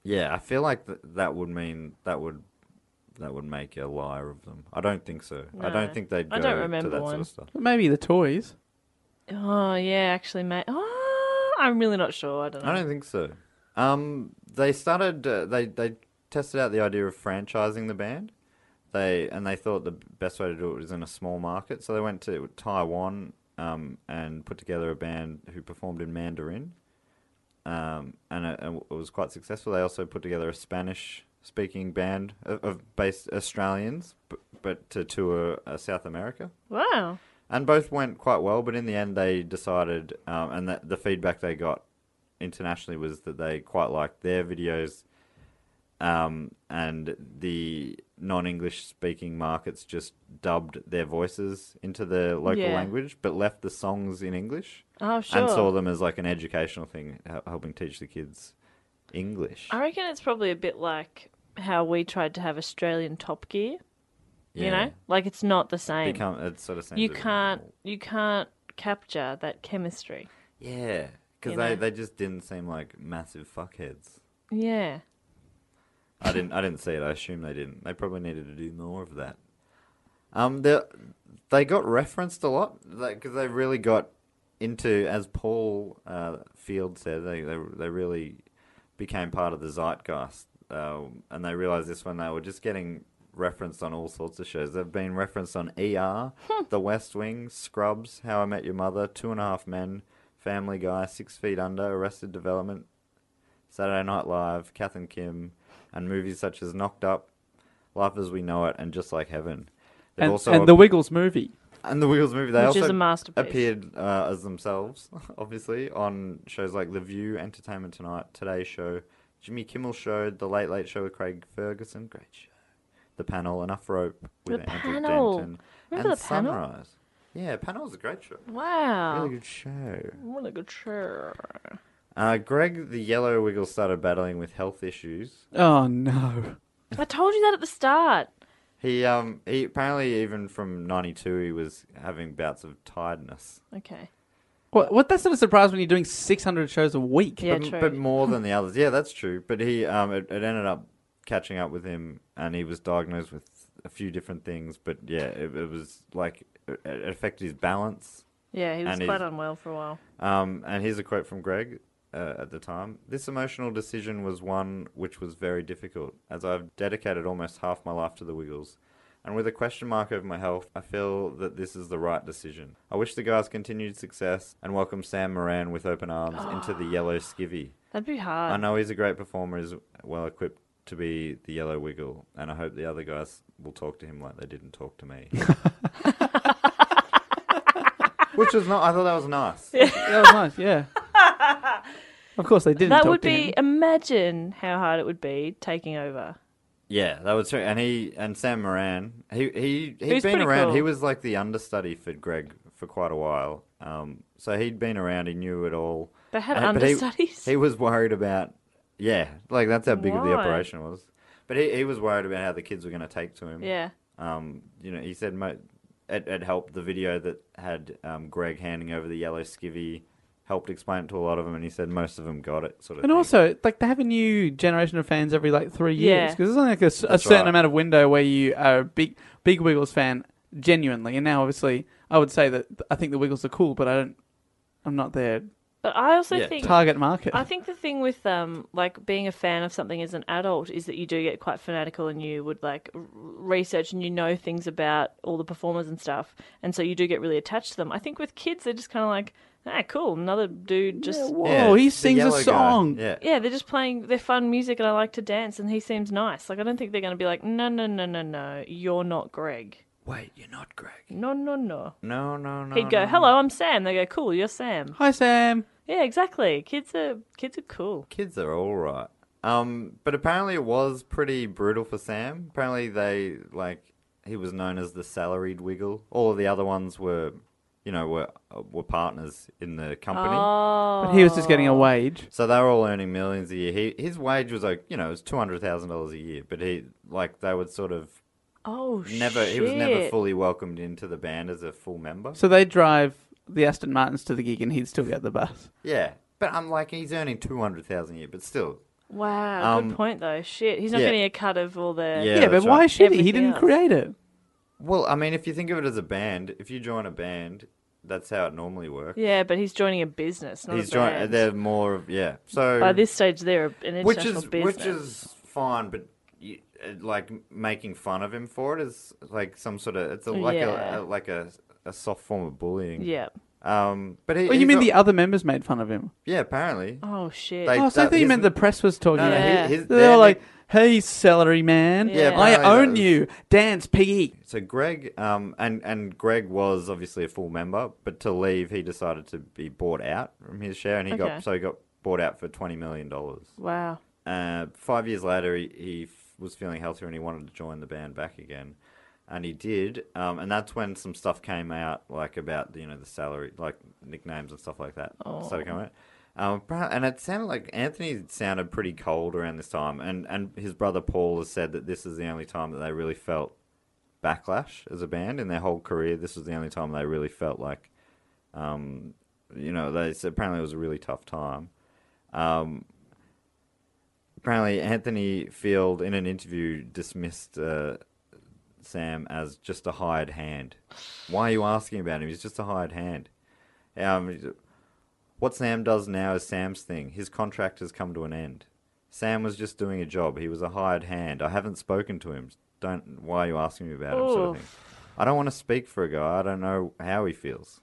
Yeah, I feel like th- that would mean that would that would make a liar of them. I don't think so. I
No.
don't think they'd go
I don't
to
remember
that sort
one.
of stuff.
Maybe the toys.
Oh yeah, actually, mate. Oh, I'm really not sure. I don't know.
I don't think so. Um, they started. Uh, they they tested out the idea of franchising the band. They and they thought the best way to do it was in a small market. So they went to Taiwan um, and put together a band who performed in Mandarin. Um, and it, and it was quite successful. They also put together a Spanish-speaking band of, of based Australians, but, but to tour uh, South America
Wow.
and both went quite well. But in the end, they decided, um, and that the feedback they got internationally was that they quite liked their videos, um, and the non-English speaking markets just dubbed their voices into the local
Yeah.
language, but left the songs in English,
Oh sure.
and saw them as like an educational thing, hel- helping teach the kids English.
I reckon it's probably a bit like how we tried to have Australian Top Gear. You know, like it's not the same.
become it sort of sounds
you
a bit
can't.
more-
You can't capture that chemistry.
Yeah, because
You
they,
know.
they just didn't seem like massive fuckheads.
Yeah.
I didn't. I didn't see it. I assume they didn't. They probably needed to do more of that. Um, they they got referenced a lot because they really got into, as Paul uh, Field said, they, they they really became part of the zeitgeist, um, and they realized this when they were just getting referenced on all sorts of shows. They've been referenced on ER,
Hmm.
The West Wing, Scrubs, How I Met Your Mother, Two and a Half Men, Family Guy, Six Feet Under, Arrested Development, Saturday Night Live, Kath and Kim, and movies such as Knocked Up, Life as We Know It, and Just Like Heaven. They've
And,
also
and the Wiggles movie.
and the Wheels movie. They
Which
also
is a masterpiece.
appeared uh, as themselves, [LAUGHS] obviously, on shows like The View, Entertainment Tonight, Today Show, Jimmy Kimmel Show, The Late Late Show with Craig Ferguson, great show, The Panel, Enough Rope with
The
Andrew
Panel.
Denton,
Remember
and
The Panel? Ah.
Sunrise. Yeah, Panel's a great show.
Wow.
Really good show.
What a good chair.
Uh, Greg the Yellow Wiggle started battling with health issues
Oh no.
I told you that at the start.
He um he apparently even from '92 he was having bouts of tiredness,
Okay.
What? What? That's not a surprise when you're doing 600 shows a week.
Yeah,
but,
true.
but more than the others. Yeah, that's true. But he um it, it ended up catching up with him, and he was diagnosed with a few different things. But yeah, it, it was like it, it affected his balance.
yeah, he was
and he's-
quite unwell for a while.
Um, and here's a quote from Greg uh, at the time. This emotional decision was one which was very difficult, as I've dedicated almost half my life to the Wiggles. And with a question mark over my health, I feel that this is the right decision. I wish the guys continued success and welcome Sam Moran with open arms into the Yellow Skivvy.
That'd be
I
hard.
know he's a great performer, is well equipped to be the Yellow Wiggle, and I hope the other guys will talk to him like they didn't talk to
[LAUGHS]
me. Which was not. I thought that was nice.
[LAUGHS] that was
[LAUGHS]
nice. Yeah. Of course they didn't.
That
talk
would
to
be.
him.
Imagine how hard it would be taking over.
Yeah, that was true. And he and Sam Moran, he he he
He
had
was
been
pretty
around.
cool.
He was like the understudy for Greg for quite a while. Um, so he'd been around. He knew it all.
They had
And- but he-
understudies.
He, was worried about, yeah, like that's how big of the
Why?
operation was. But he, he was worried about how the kids were going to take to him.
yeah.
Um, you know, he said mo- it, it helped the video that had um, Greg handing over the yellow skivvy helped explain it to a lot of them, and he said most of them got it, sort of.
And
thing.
also, like they have a new generation of fans every like three years
Yeah.
because there's only like a, s- a
That's
certain
right.
amount of window where you are a big big Wiggles fan genuinely. And now, obviously, I would say that I think the Wiggles are cool, but I don't. I'm not their
But I also
Yeah,
think
target market.
I think the thing with um like being a fan of something as an adult is that you do get quite fanatical and you would like r- research and you know things about all the performers and stuff, and so you do get really attached to them. I think with kids they're just kind of like, ah, cool, another dude just
Whoa,
Yeah,
oh, he
the
sings a
yellow guy.
song.
Yeah.
yeah, they're just playing their fun music and I like to dance and he seems nice. Like I don't think they're going to be like, no, no, no, no, no, you're not Greg.
Wait, you're not Greg.
No, no, no.
No, no, no.
He'd go,
no.
hello, I'm Sam. They go, cool, you're Sam.
Hi Sam.
Yeah, exactly. Kids are kids are cool.
Kids are all right. Um, but apparently it was pretty brutal for Sam. Apparently they like he was known as the salaried wiggle. All of the other ones were, you know, were uh, were partners in the company.
Oh,
But he was just getting a wage.
So they were all earning millions a year. He, his wage was like, you know, it was two hundred thousand dollars a year. But he like they would sort of
oh,
never.
Shit.
He was never fully welcomed into the band as a full member.
So they drive the Aston Martins to the gig, and he'd still get the bus.
yeah, but I'm like, he's earning two hundred thousand a year, but still.
Wow,
Um,
good point though. Shit, he's not
yeah.
getting a cut of all the.
Yeah,
Yeah, but
that's
why
right.
should he? He
Everything
didn't
else.
create it.
Well, I mean, if you think of it as a band, if you join a band, that's how it normally works.
Yeah, but he's joining a business, not
He's
a band.
joined. They're more of yeah. So
By this stage, they're an international
which is
business.
which is fine, but you, uh, like making fun of him for it is like some sort of it's a, like
Yeah.
a, a like a, a soft form of bullying.
yeah.
Um. But he,
Oh, you
he's
mean
not-
the other members made fun of him?
yeah? Apparently.
Oh shit.
They-
Oh, so I
that-
thought you
his-
meant the press was talking.
No, no,
about him.
Yeah.
he- his-
They
their
were like,
nick-
"Hey, celery man,
Yeah,
I
apparently
own
that was-
you, dance E." PE."
so Greg, um, and and Greg was obviously a full member, but to leave, he decided to be bought out from his share, and he
Okay.
got so he got bought out for twenty million dollars.
wow.
Uh, five years later, he, he f- was feeling healthier and he wanted to join the band back again, and he did. Um, and that's when some stuff came out, like about you know the salary, like nicknames and stuff like that. Started coming out. Um, appar- and it sounded like Anthony sounded pretty cold around this time, and and his brother Paul has said that this is the only time that they really felt backlash as a band in their whole career. This was the only time they really felt like, um, you know, they apparently it was a really tough time. Um, apparently, Anthony Field in an interview dismissed uh, Sam as just a hired hand. Why are you asking about him? He's just a hired hand. Um, what Sam does now is Sam's thing. His contract has come to an end. Sam was just doing a job. He was a hired hand. I haven't spoken to him. Don't. Why are you asking me about him? Sort of thing. I don't want to speak for a guy. I don't know how he feels.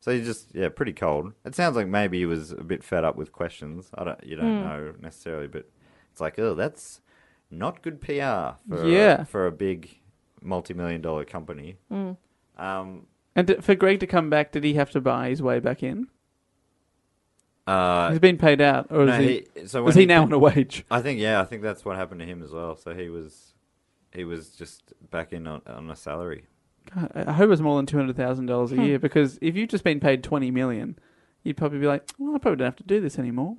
So he's just yeah, pretty cold. It sounds like maybe he was a bit fed up with questions. I don't. You don't know necessarily, but it's like oh, that's not good PR for
Yeah.
a, for a big multi-million dollar company. Um,
And d- for Greg to come back, did he have to buy his way back in?
uh,
He's been paid out, or is
no,
he?
he- so when
is he,
he-
now on a wage? [LAUGHS]
I think yeah, I think that's what happened to him as well. So he was he was just back in on, on a salary.
God, I I hope it's more than two hundred thousand dollars a year, because if you've just been paid twenty million, you'd probably be like, "Well, I probably don't have to do this anymore."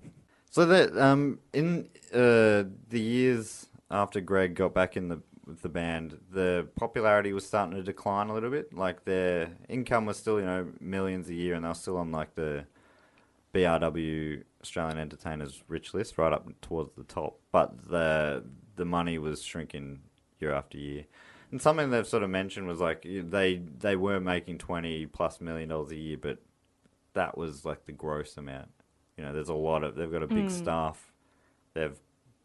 So that um in uh the years after Greg got back in the with the band, the popularity was starting to decline a little bit. Like their income was still you know millions a year, and they were still on like the BRW Australian Entertainers Rich List, right up towards the top. But the the money was shrinking year after year. And something they've sort of mentioned was like you- they they were making twenty plus million dollars a year, but that was like the gross amount. You know, there's a lot of they've got a big staff, they've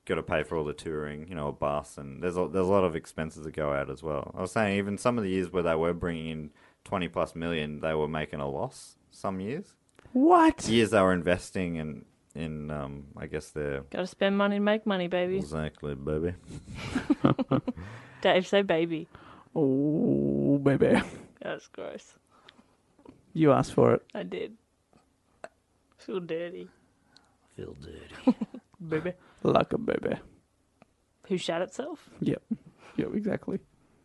got to pay for all the touring, you know, a bus, and there's a, there's a lot of expenses that go out as well. I was saying even some of the years where they were bringing in twenty plus million, they were making a loss. Some years,
What?
years they were investing in in um, I guess their
Got to spend money to make money, baby.
exactly baby.
Dave, say baby.
Oh, baby,
That's gross.
you asked for it.
I did. Feel dirty, baby. [LAUGHS]
Like a baby.
Who shat itself?
Yep. Yep. Exactly.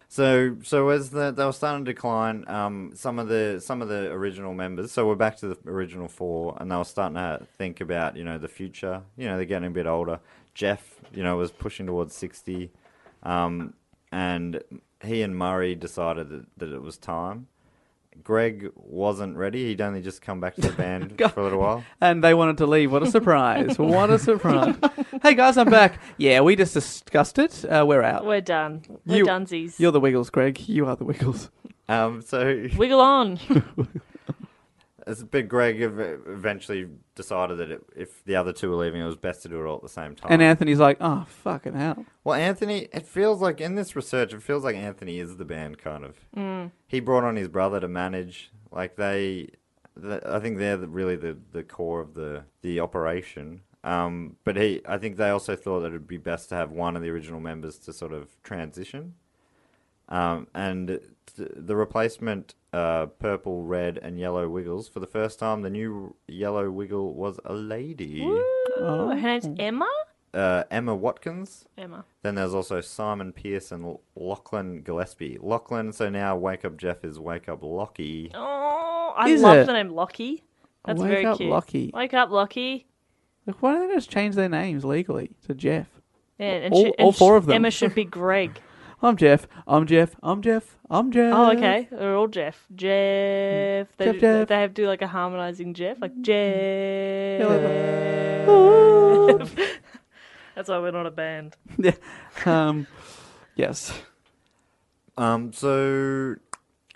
So so as the, they were starting to decline, um, some of the some of the original members. So we're back to the original four, and they were starting to think about you know the future. You know they're getting a bit older. Jeff, you know, was pushing towards sixty, um, and he and Murray decided that, that it was time. Greg wasn't ready. He'd only just come back to the band for a little while.
and they wanted to leave. What a surprise! what a surprise! hey guys, I'm back. Yeah, we just discussed it. Uh, we're out.
We're done. We're
You-
dunsies.
You're the Wiggles, Greg. You are the Wiggles.
Um, so [LAUGHS]
Wiggle on.
as Big Greg ev- eventually decided that it, if the other two were leaving, it was best to do it all at the same time.
And Anthony's like, oh fucking hell.
well, Anthony, it feels like in this research, it feels like Anthony is the band kind of. He brought on his brother to manage. Like they, the, I think they're the, really the, the core of the the operation. Um, but he, I think they also thought that it'd be best to have one of the original members to sort of transition. Um, and th- the replacement uh, purple, red, and yellow wiggles for the first time, the new yellow wiggle was a lady,
Her name's Emma?
uh, Emma Watkins.
Emma.
Then there's also Simon Pierce and L- Lachlan Gillespie. Lachlan, so now Wake Up Jeff is Wake Up Lockie.
Oh, I
Is
love
it?
the name Lockie. That's
Wake
very
up,
cute.
Lockie.
Wake up, Lockie.
Like, why don't they just change their names legally to Jeff?
Yeah, and
All-
she-
all
and
four
she-
of them. Uh,
Emma should
[LAUGHS]
be Greg.
I'm Jeff. I'm Jeff. I'm Jeff. I'm Jeff.
Oh, okay. They're all Jeff. Jeff. They,
Jeff,
do,
Jeff. Mm.
they have to do like a harmonizing Jeff, like Jeff. [LAUGHS] That's why we're not a band.
Yeah. um, yes.
Um, so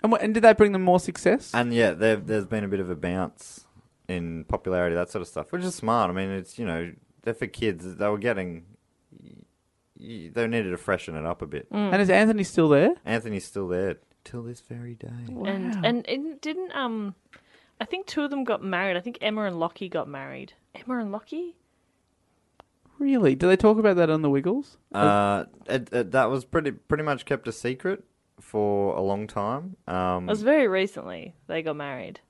And, what, and did that bring them more success?
And yeah, there, there's been a bit of a bounce in popularity, that sort of stuff, which is smart. I mean, it's you know they're for kids. They were getting y- they needed to freshen it up a bit.
Mm.
And is Anthony still there?
Anthony's still there till this very day.
And and it didn't um, I think two of them got married. I think Emma and Lockie got married. Emma and Lockie.
Really? Do they talk about that on the Wiggles?
Uh, it, it, that was pretty pretty much kept a secret for a long time. Um,
It
Mm.
was very recently they got married.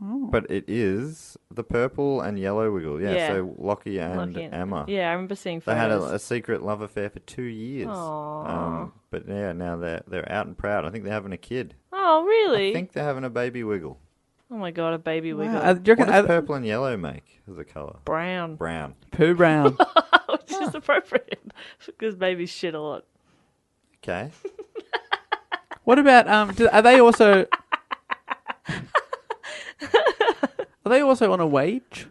but it is the purple and yellow wiggle. Yeah,
Yeah.
so Lockie and
Lockie and
Emma.
Yeah, I remember seeing
They
photos.
had a, a secret love affair for two years.
Aw.
Um, but yeah, now they're they're out and proud. I think they're having a kid.
Oh, really?
I think they're having a baby wiggle.
Oh my god, a baby wiggle.
Uh, do you
What
reckon,
does
uh,
purple and yellow make as a colour?
Brown,
Brown.
Pooh Brown.
which is
[LAUGHS]
appropriate because babies shit a lot. [LAUGHS]
Okay.
what about um? Do, are they also? are they also on a wage?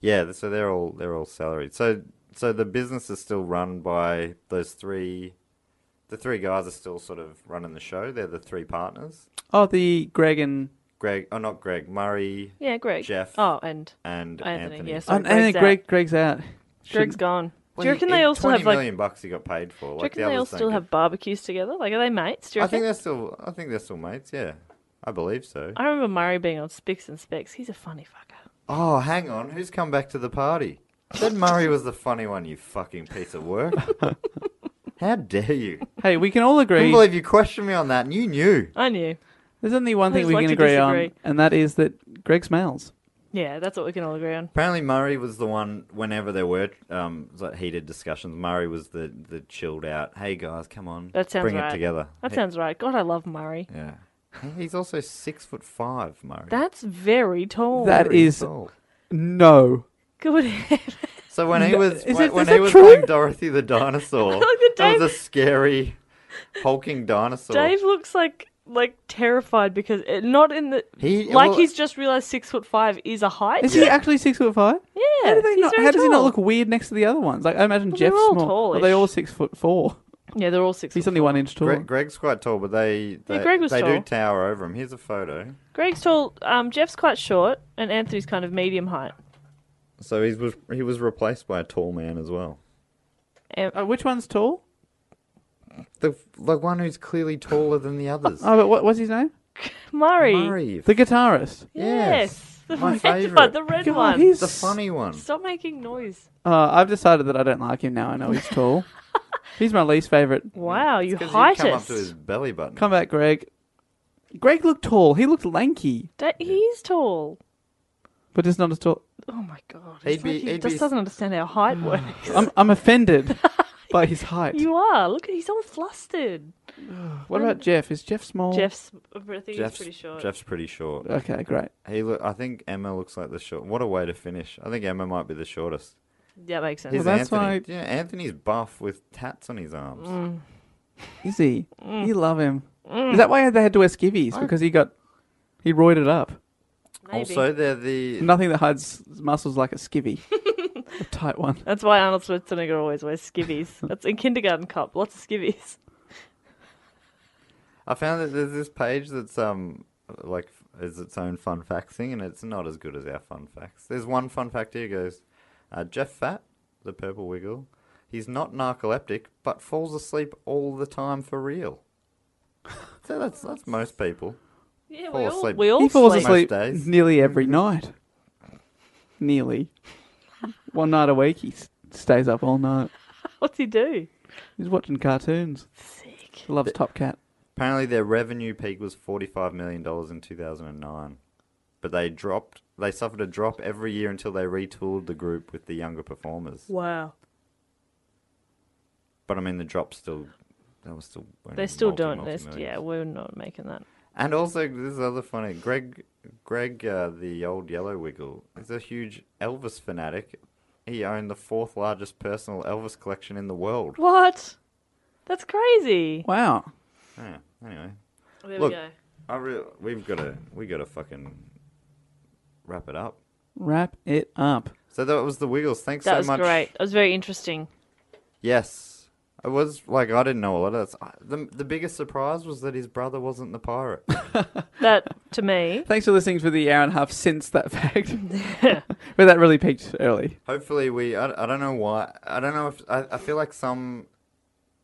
Yeah, th- so they're all they're all salaried. So so the business is still run by those three the three guys are still sort of running the show. They're the three partners.
Oh, the Greg and
Greg oh not Greg, Murray
Yeah, Greg.
Jeff.
Oh, and
and
Anthony,
Anthony.
yes. So
oh, and then
Greg's out.
Greg. Greg's out.
Greg's gone.
Well,
do you reckon
it-
they also
$20
have like?
million bucks he got paid for?
do you
like
reckon
the
they all
others don't
still
get-
have barbecues together? Like, are they mates? Do you
I
reckon?
think they're still I think they're still mates, yeah. I believe so.
I remember Murray being on Spicks and Specs. He's a funny fucker.
Oh, hang on. Who's come back to the party? Said Murray was the funny one, you fucking piece of
[LAUGHS]
work. How dare you?
Hey, we can all
I
agree.
can't believe you questioned me on that and you knew.
I knew.
There's only one thing
just
we
like
can
to
agree on,
disagree.
and that is that Greg smells.
Yeah, that's what we can all agree on.
Apparently, Murray was the one, whenever there were um, like heated discussions, Murray was the, the chilled out, hey guys, come on.
That sounds
Bring
right.
it together.
That
He-
sounds right. God, I love Murray.
Yeah. He's also six foot five, Murray.
That's very tall.
That
Very
is
tall.
no.
good. [LAUGHS] heavens.
So when he was
is
when,
it-
when
is
he
it
was
true?
playing Dorothy the dinosaur,
the
that
Dave-
was a scary, hulking dinosaur.
Dave looks like like terrified because it, not in the
He-
like
well-
he's just realized six foot five is a height.
Is he actually six foot five? Yeah. How, do they
he's
not,
very
how does he not
tall.
look weird next to the other ones? Like I imagine
they're
Jeff's
all
small. Are they
tallish.
all six foot four?
yeah, they're all six.
He's
foot
only
four.
one inch tall.
Greg, Greg's quite tall, but they they,
Greg was
they
tall.
do tower over him. Here's a photo.
Greg's tall. Um, Jeff's quite short, and Anthony's kind of medium height.
So he was he was replaced by a tall man as well.
Em-
Uh, which one's tall?
The like one who's clearly taller than the others.
Oh, but what, what's his name?
Murray.
Murray.
The guitarist.
Yes. [LAUGHS] The
My
red one.
favourite.
The red
God,
one.
he's-
the funny one.
Stop making noise.
Uh, I've decided that I don't like him now. I know he's tall. he's my least favorite.
Wow, you
'Cause he'd come up
heightest.
to his belly button.
Come back, Greg. Greg looked tall. He looked lanky,
Da- he's tall.
but just not as tall.
Oh my god.
He'd
It's like
be-
he
he'd
just
be-
doesn't understand
[SIGHS]
how height works. [LAUGHS]
I'm I'm offended by his height.
you are. Look, he's all flustered.
What about Jeff? Is Jeff small?
Jeff's, I
Oh.
think he's
Jeff's
pretty short.
Jeff's pretty short.
Okay, great.
He look. I think Emma looks like the short. What a way to finish. I think Emma might be the shortest.
That makes sense.
Here's
that's
Anthony.
why-
Yeah, Anthony's buff with tats on his arms.
Is he? You love him. Is that why they had to wear skivvies? Because he got he roided up.
Maybe.
Also, they're the
Nothing that hides muscles like a skivvy. a tight one.
That's why Arnold Schwarzenegger always wears skivvies.
[LAUGHS]
That's in Kindergarten Cop. Lots of skivvies.
I found that there's this page that's um like is its own fun fact thing, and it's not as good as our fun facts. There's one fun fact here goes, uh, Jeff Fat, the purple wiggle, he's not narcoleptic, but falls asleep all the time for real. [LAUGHS] so that's that's most people.
Yeah,
Fall
we all,
asleep.
we all
He falls
sleep.
asleep
Most days.
nearly every night. Nearly. one night a week he s- stays up all night.
What's he do?
He's watching cartoons.
Sick.
He loves Top Cat.
Apparently, their revenue peak was forty-five million dollars in two thousand and nine, but they dropped. They suffered a drop every year until they retooled the group with the younger performers.
Wow.
But I mean, the drop still. That was still.
They still
multi-
don't. They're,
multi-millions.
yeah, we're not making that.
And also, this is other funny. Greg, Greg, uh, the old yellow wiggle, is a huge Elvis fanatic. He owned the fourth largest personal Elvis collection in the world.
What? That's crazy.
Wow.
Yeah, anyway,
There
Look.
we go.
I re- we've got to we got to fucking wrap it up.
Wrap it up.
So that was the Wiggles. Thanks
That
so
was
much.
great. That was very interesting.
Yes, I was like I didn't know a lot of that. The the biggest surprise was that his brother wasn't the
[LAUGHS]
pirate.
That to [LAUGHS] me.
Thanks for listening for the hour and a half since that
[LAUGHS]
fact. [LAUGHS] but that really peaked early.
Hopefully, we. I, I don't know why. I don't know if I, I feel like some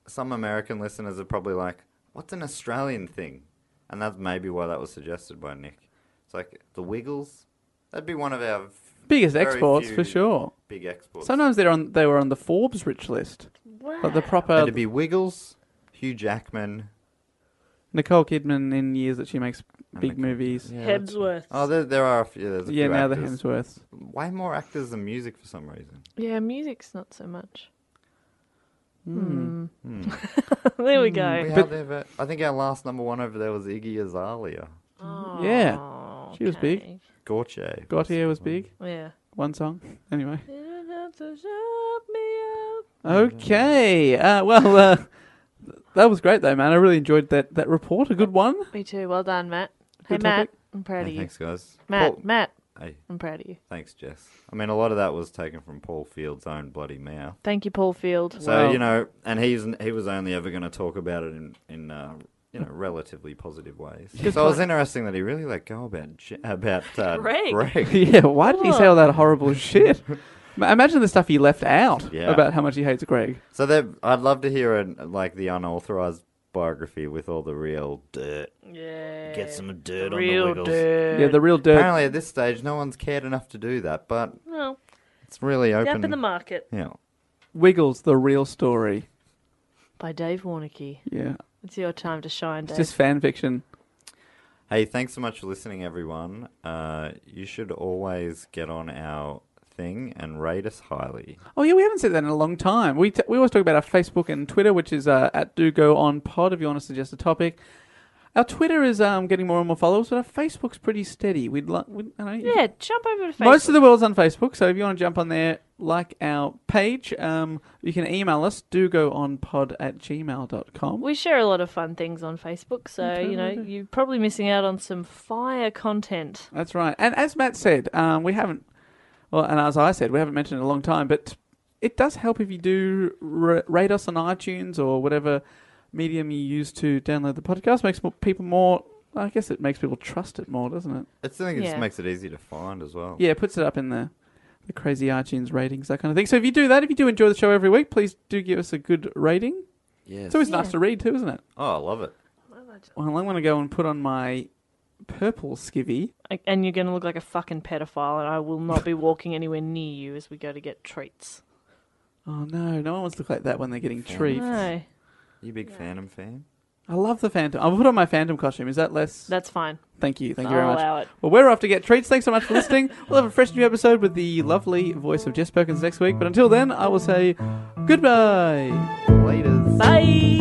some American listeners are probably like, "What's an Australian thing?" And that's maybe why that was suggested by Nick. It's like the Wiggles. That'd be one of our
Biggest
very
exports
few
for sure.
Big exports.
Sometimes they're on they were on the Forbes rich list. Like the proper
it'd be Wiggles, Hugh Jackman.
Nicole Kidman in years that she makes big movies. Yeah,
Hemsworth.
Oh, there, there are a few. There's a few
now the
actors.
Hemsworths.
Way more actors than music for some reason.
Yeah, music's not so much. [LAUGHS] Hmm. there we
We
go.
are there, but I think our last number one over there was Iggy Azalea.
Yeah. She was big.
Okay.
Gorche.
Gautier was big.
Yeah.
One song. Anyway.
You don't have to shut me up.
[LAUGHS] Okay. Uh, well, uh, that was great though, man. I really enjoyed that that report. A good one.
Me too. Well done, Matt. hey,
Good
Matt.
topic.
I'm proud
Yeah,
of you.
thanks, guys.
Matt,
Paul-
Matt,
Hey.
I'm proud of you.
Thanks, Jess. I mean, a lot of that was taken from Paul Field's own bloody mouth.
Thank you, Paul Field.
So
Well-
you know, and he's he was only ever going to talk about it in in uh, you know relatively positive ways. so it was interesting that he really let go about Je- about uh,
[LAUGHS] Greg.
[LAUGHS] yeah. Why did he say all that [LAUGHS] horrible shit? Ma- Imagine the stuff he left out
Yeah.
about how much he hates Greg.
So that I'd love to hear an, like the unauthorized biography with all the real dirt.
yeah.
Get some dirt on the
Real
Wiggles.
dude.
Yeah, the real dirt.
Apparently, at this stage, no one's cared enough to do that, but
Well,
it's really
Gap
open.
in the Market
yeah.
Wiggles, the real story.
by Dave Warnicky.
Yeah,
It's your time to shine, Dave.
it's just fan fiction.
Hey, thanks so much for listening, everyone. Uh, you should always get on our thing and rate us highly.
Oh yeah, we haven't said that in a long time. We, t- we always talk about our Facebook and Twitter, which is uh, at Do Go On Pod if you want to suggest a topic. Our Twitter is um, getting more and more followers, but our Facebook's pretty steady. We'd like we, I don't know,
Yeah, jump over to Facebook.
Most of the world's on Facebook, so if you want to jump on there, like our page, um, you can email us, do go on pod at gmail.com.
we share a lot of fun things on Facebook, so you know you're probably missing out on some fire content.
That's right. And as Matt said, um, we haven't, well, and as I said, we haven't mentioned in a long time, but it does help if you do r rate us on iTunes or whatever medium you use to download the podcast. Makes more, people more, I guess it makes people trust it more, doesn't it?
It's I think it just
Yeah.
makes it easy to find as well.
Yeah, it puts it up in the, the crazy iTunes ratings, that kind of thing. So if you do that, if you do enjoy the show every week, please do give us a good rating.
Yes.
It's always nice to read too, isn't it?
Oh, I love it.
Well, I'm going to go and put on my purple skivvy.
A- And you're going to look like a fucking pedophile, and I will not be walking anywhere near you as we go to get treats.
Oh no, no one wants to look like that when they're getting treats.
No,
You big Phantom fan?
I love the Phantom. I'll put on my Phantom costume. Is that oh, less?
that's fine.
Thank you. Thank you very
I'll
much.
allow it.
Well, we're off to get treats. Thanks so much for listening. we'll have a fresh new episode with the lovely voice of Jess Perkins next week. But until then, I will say goodbye.
Laters.
Bye.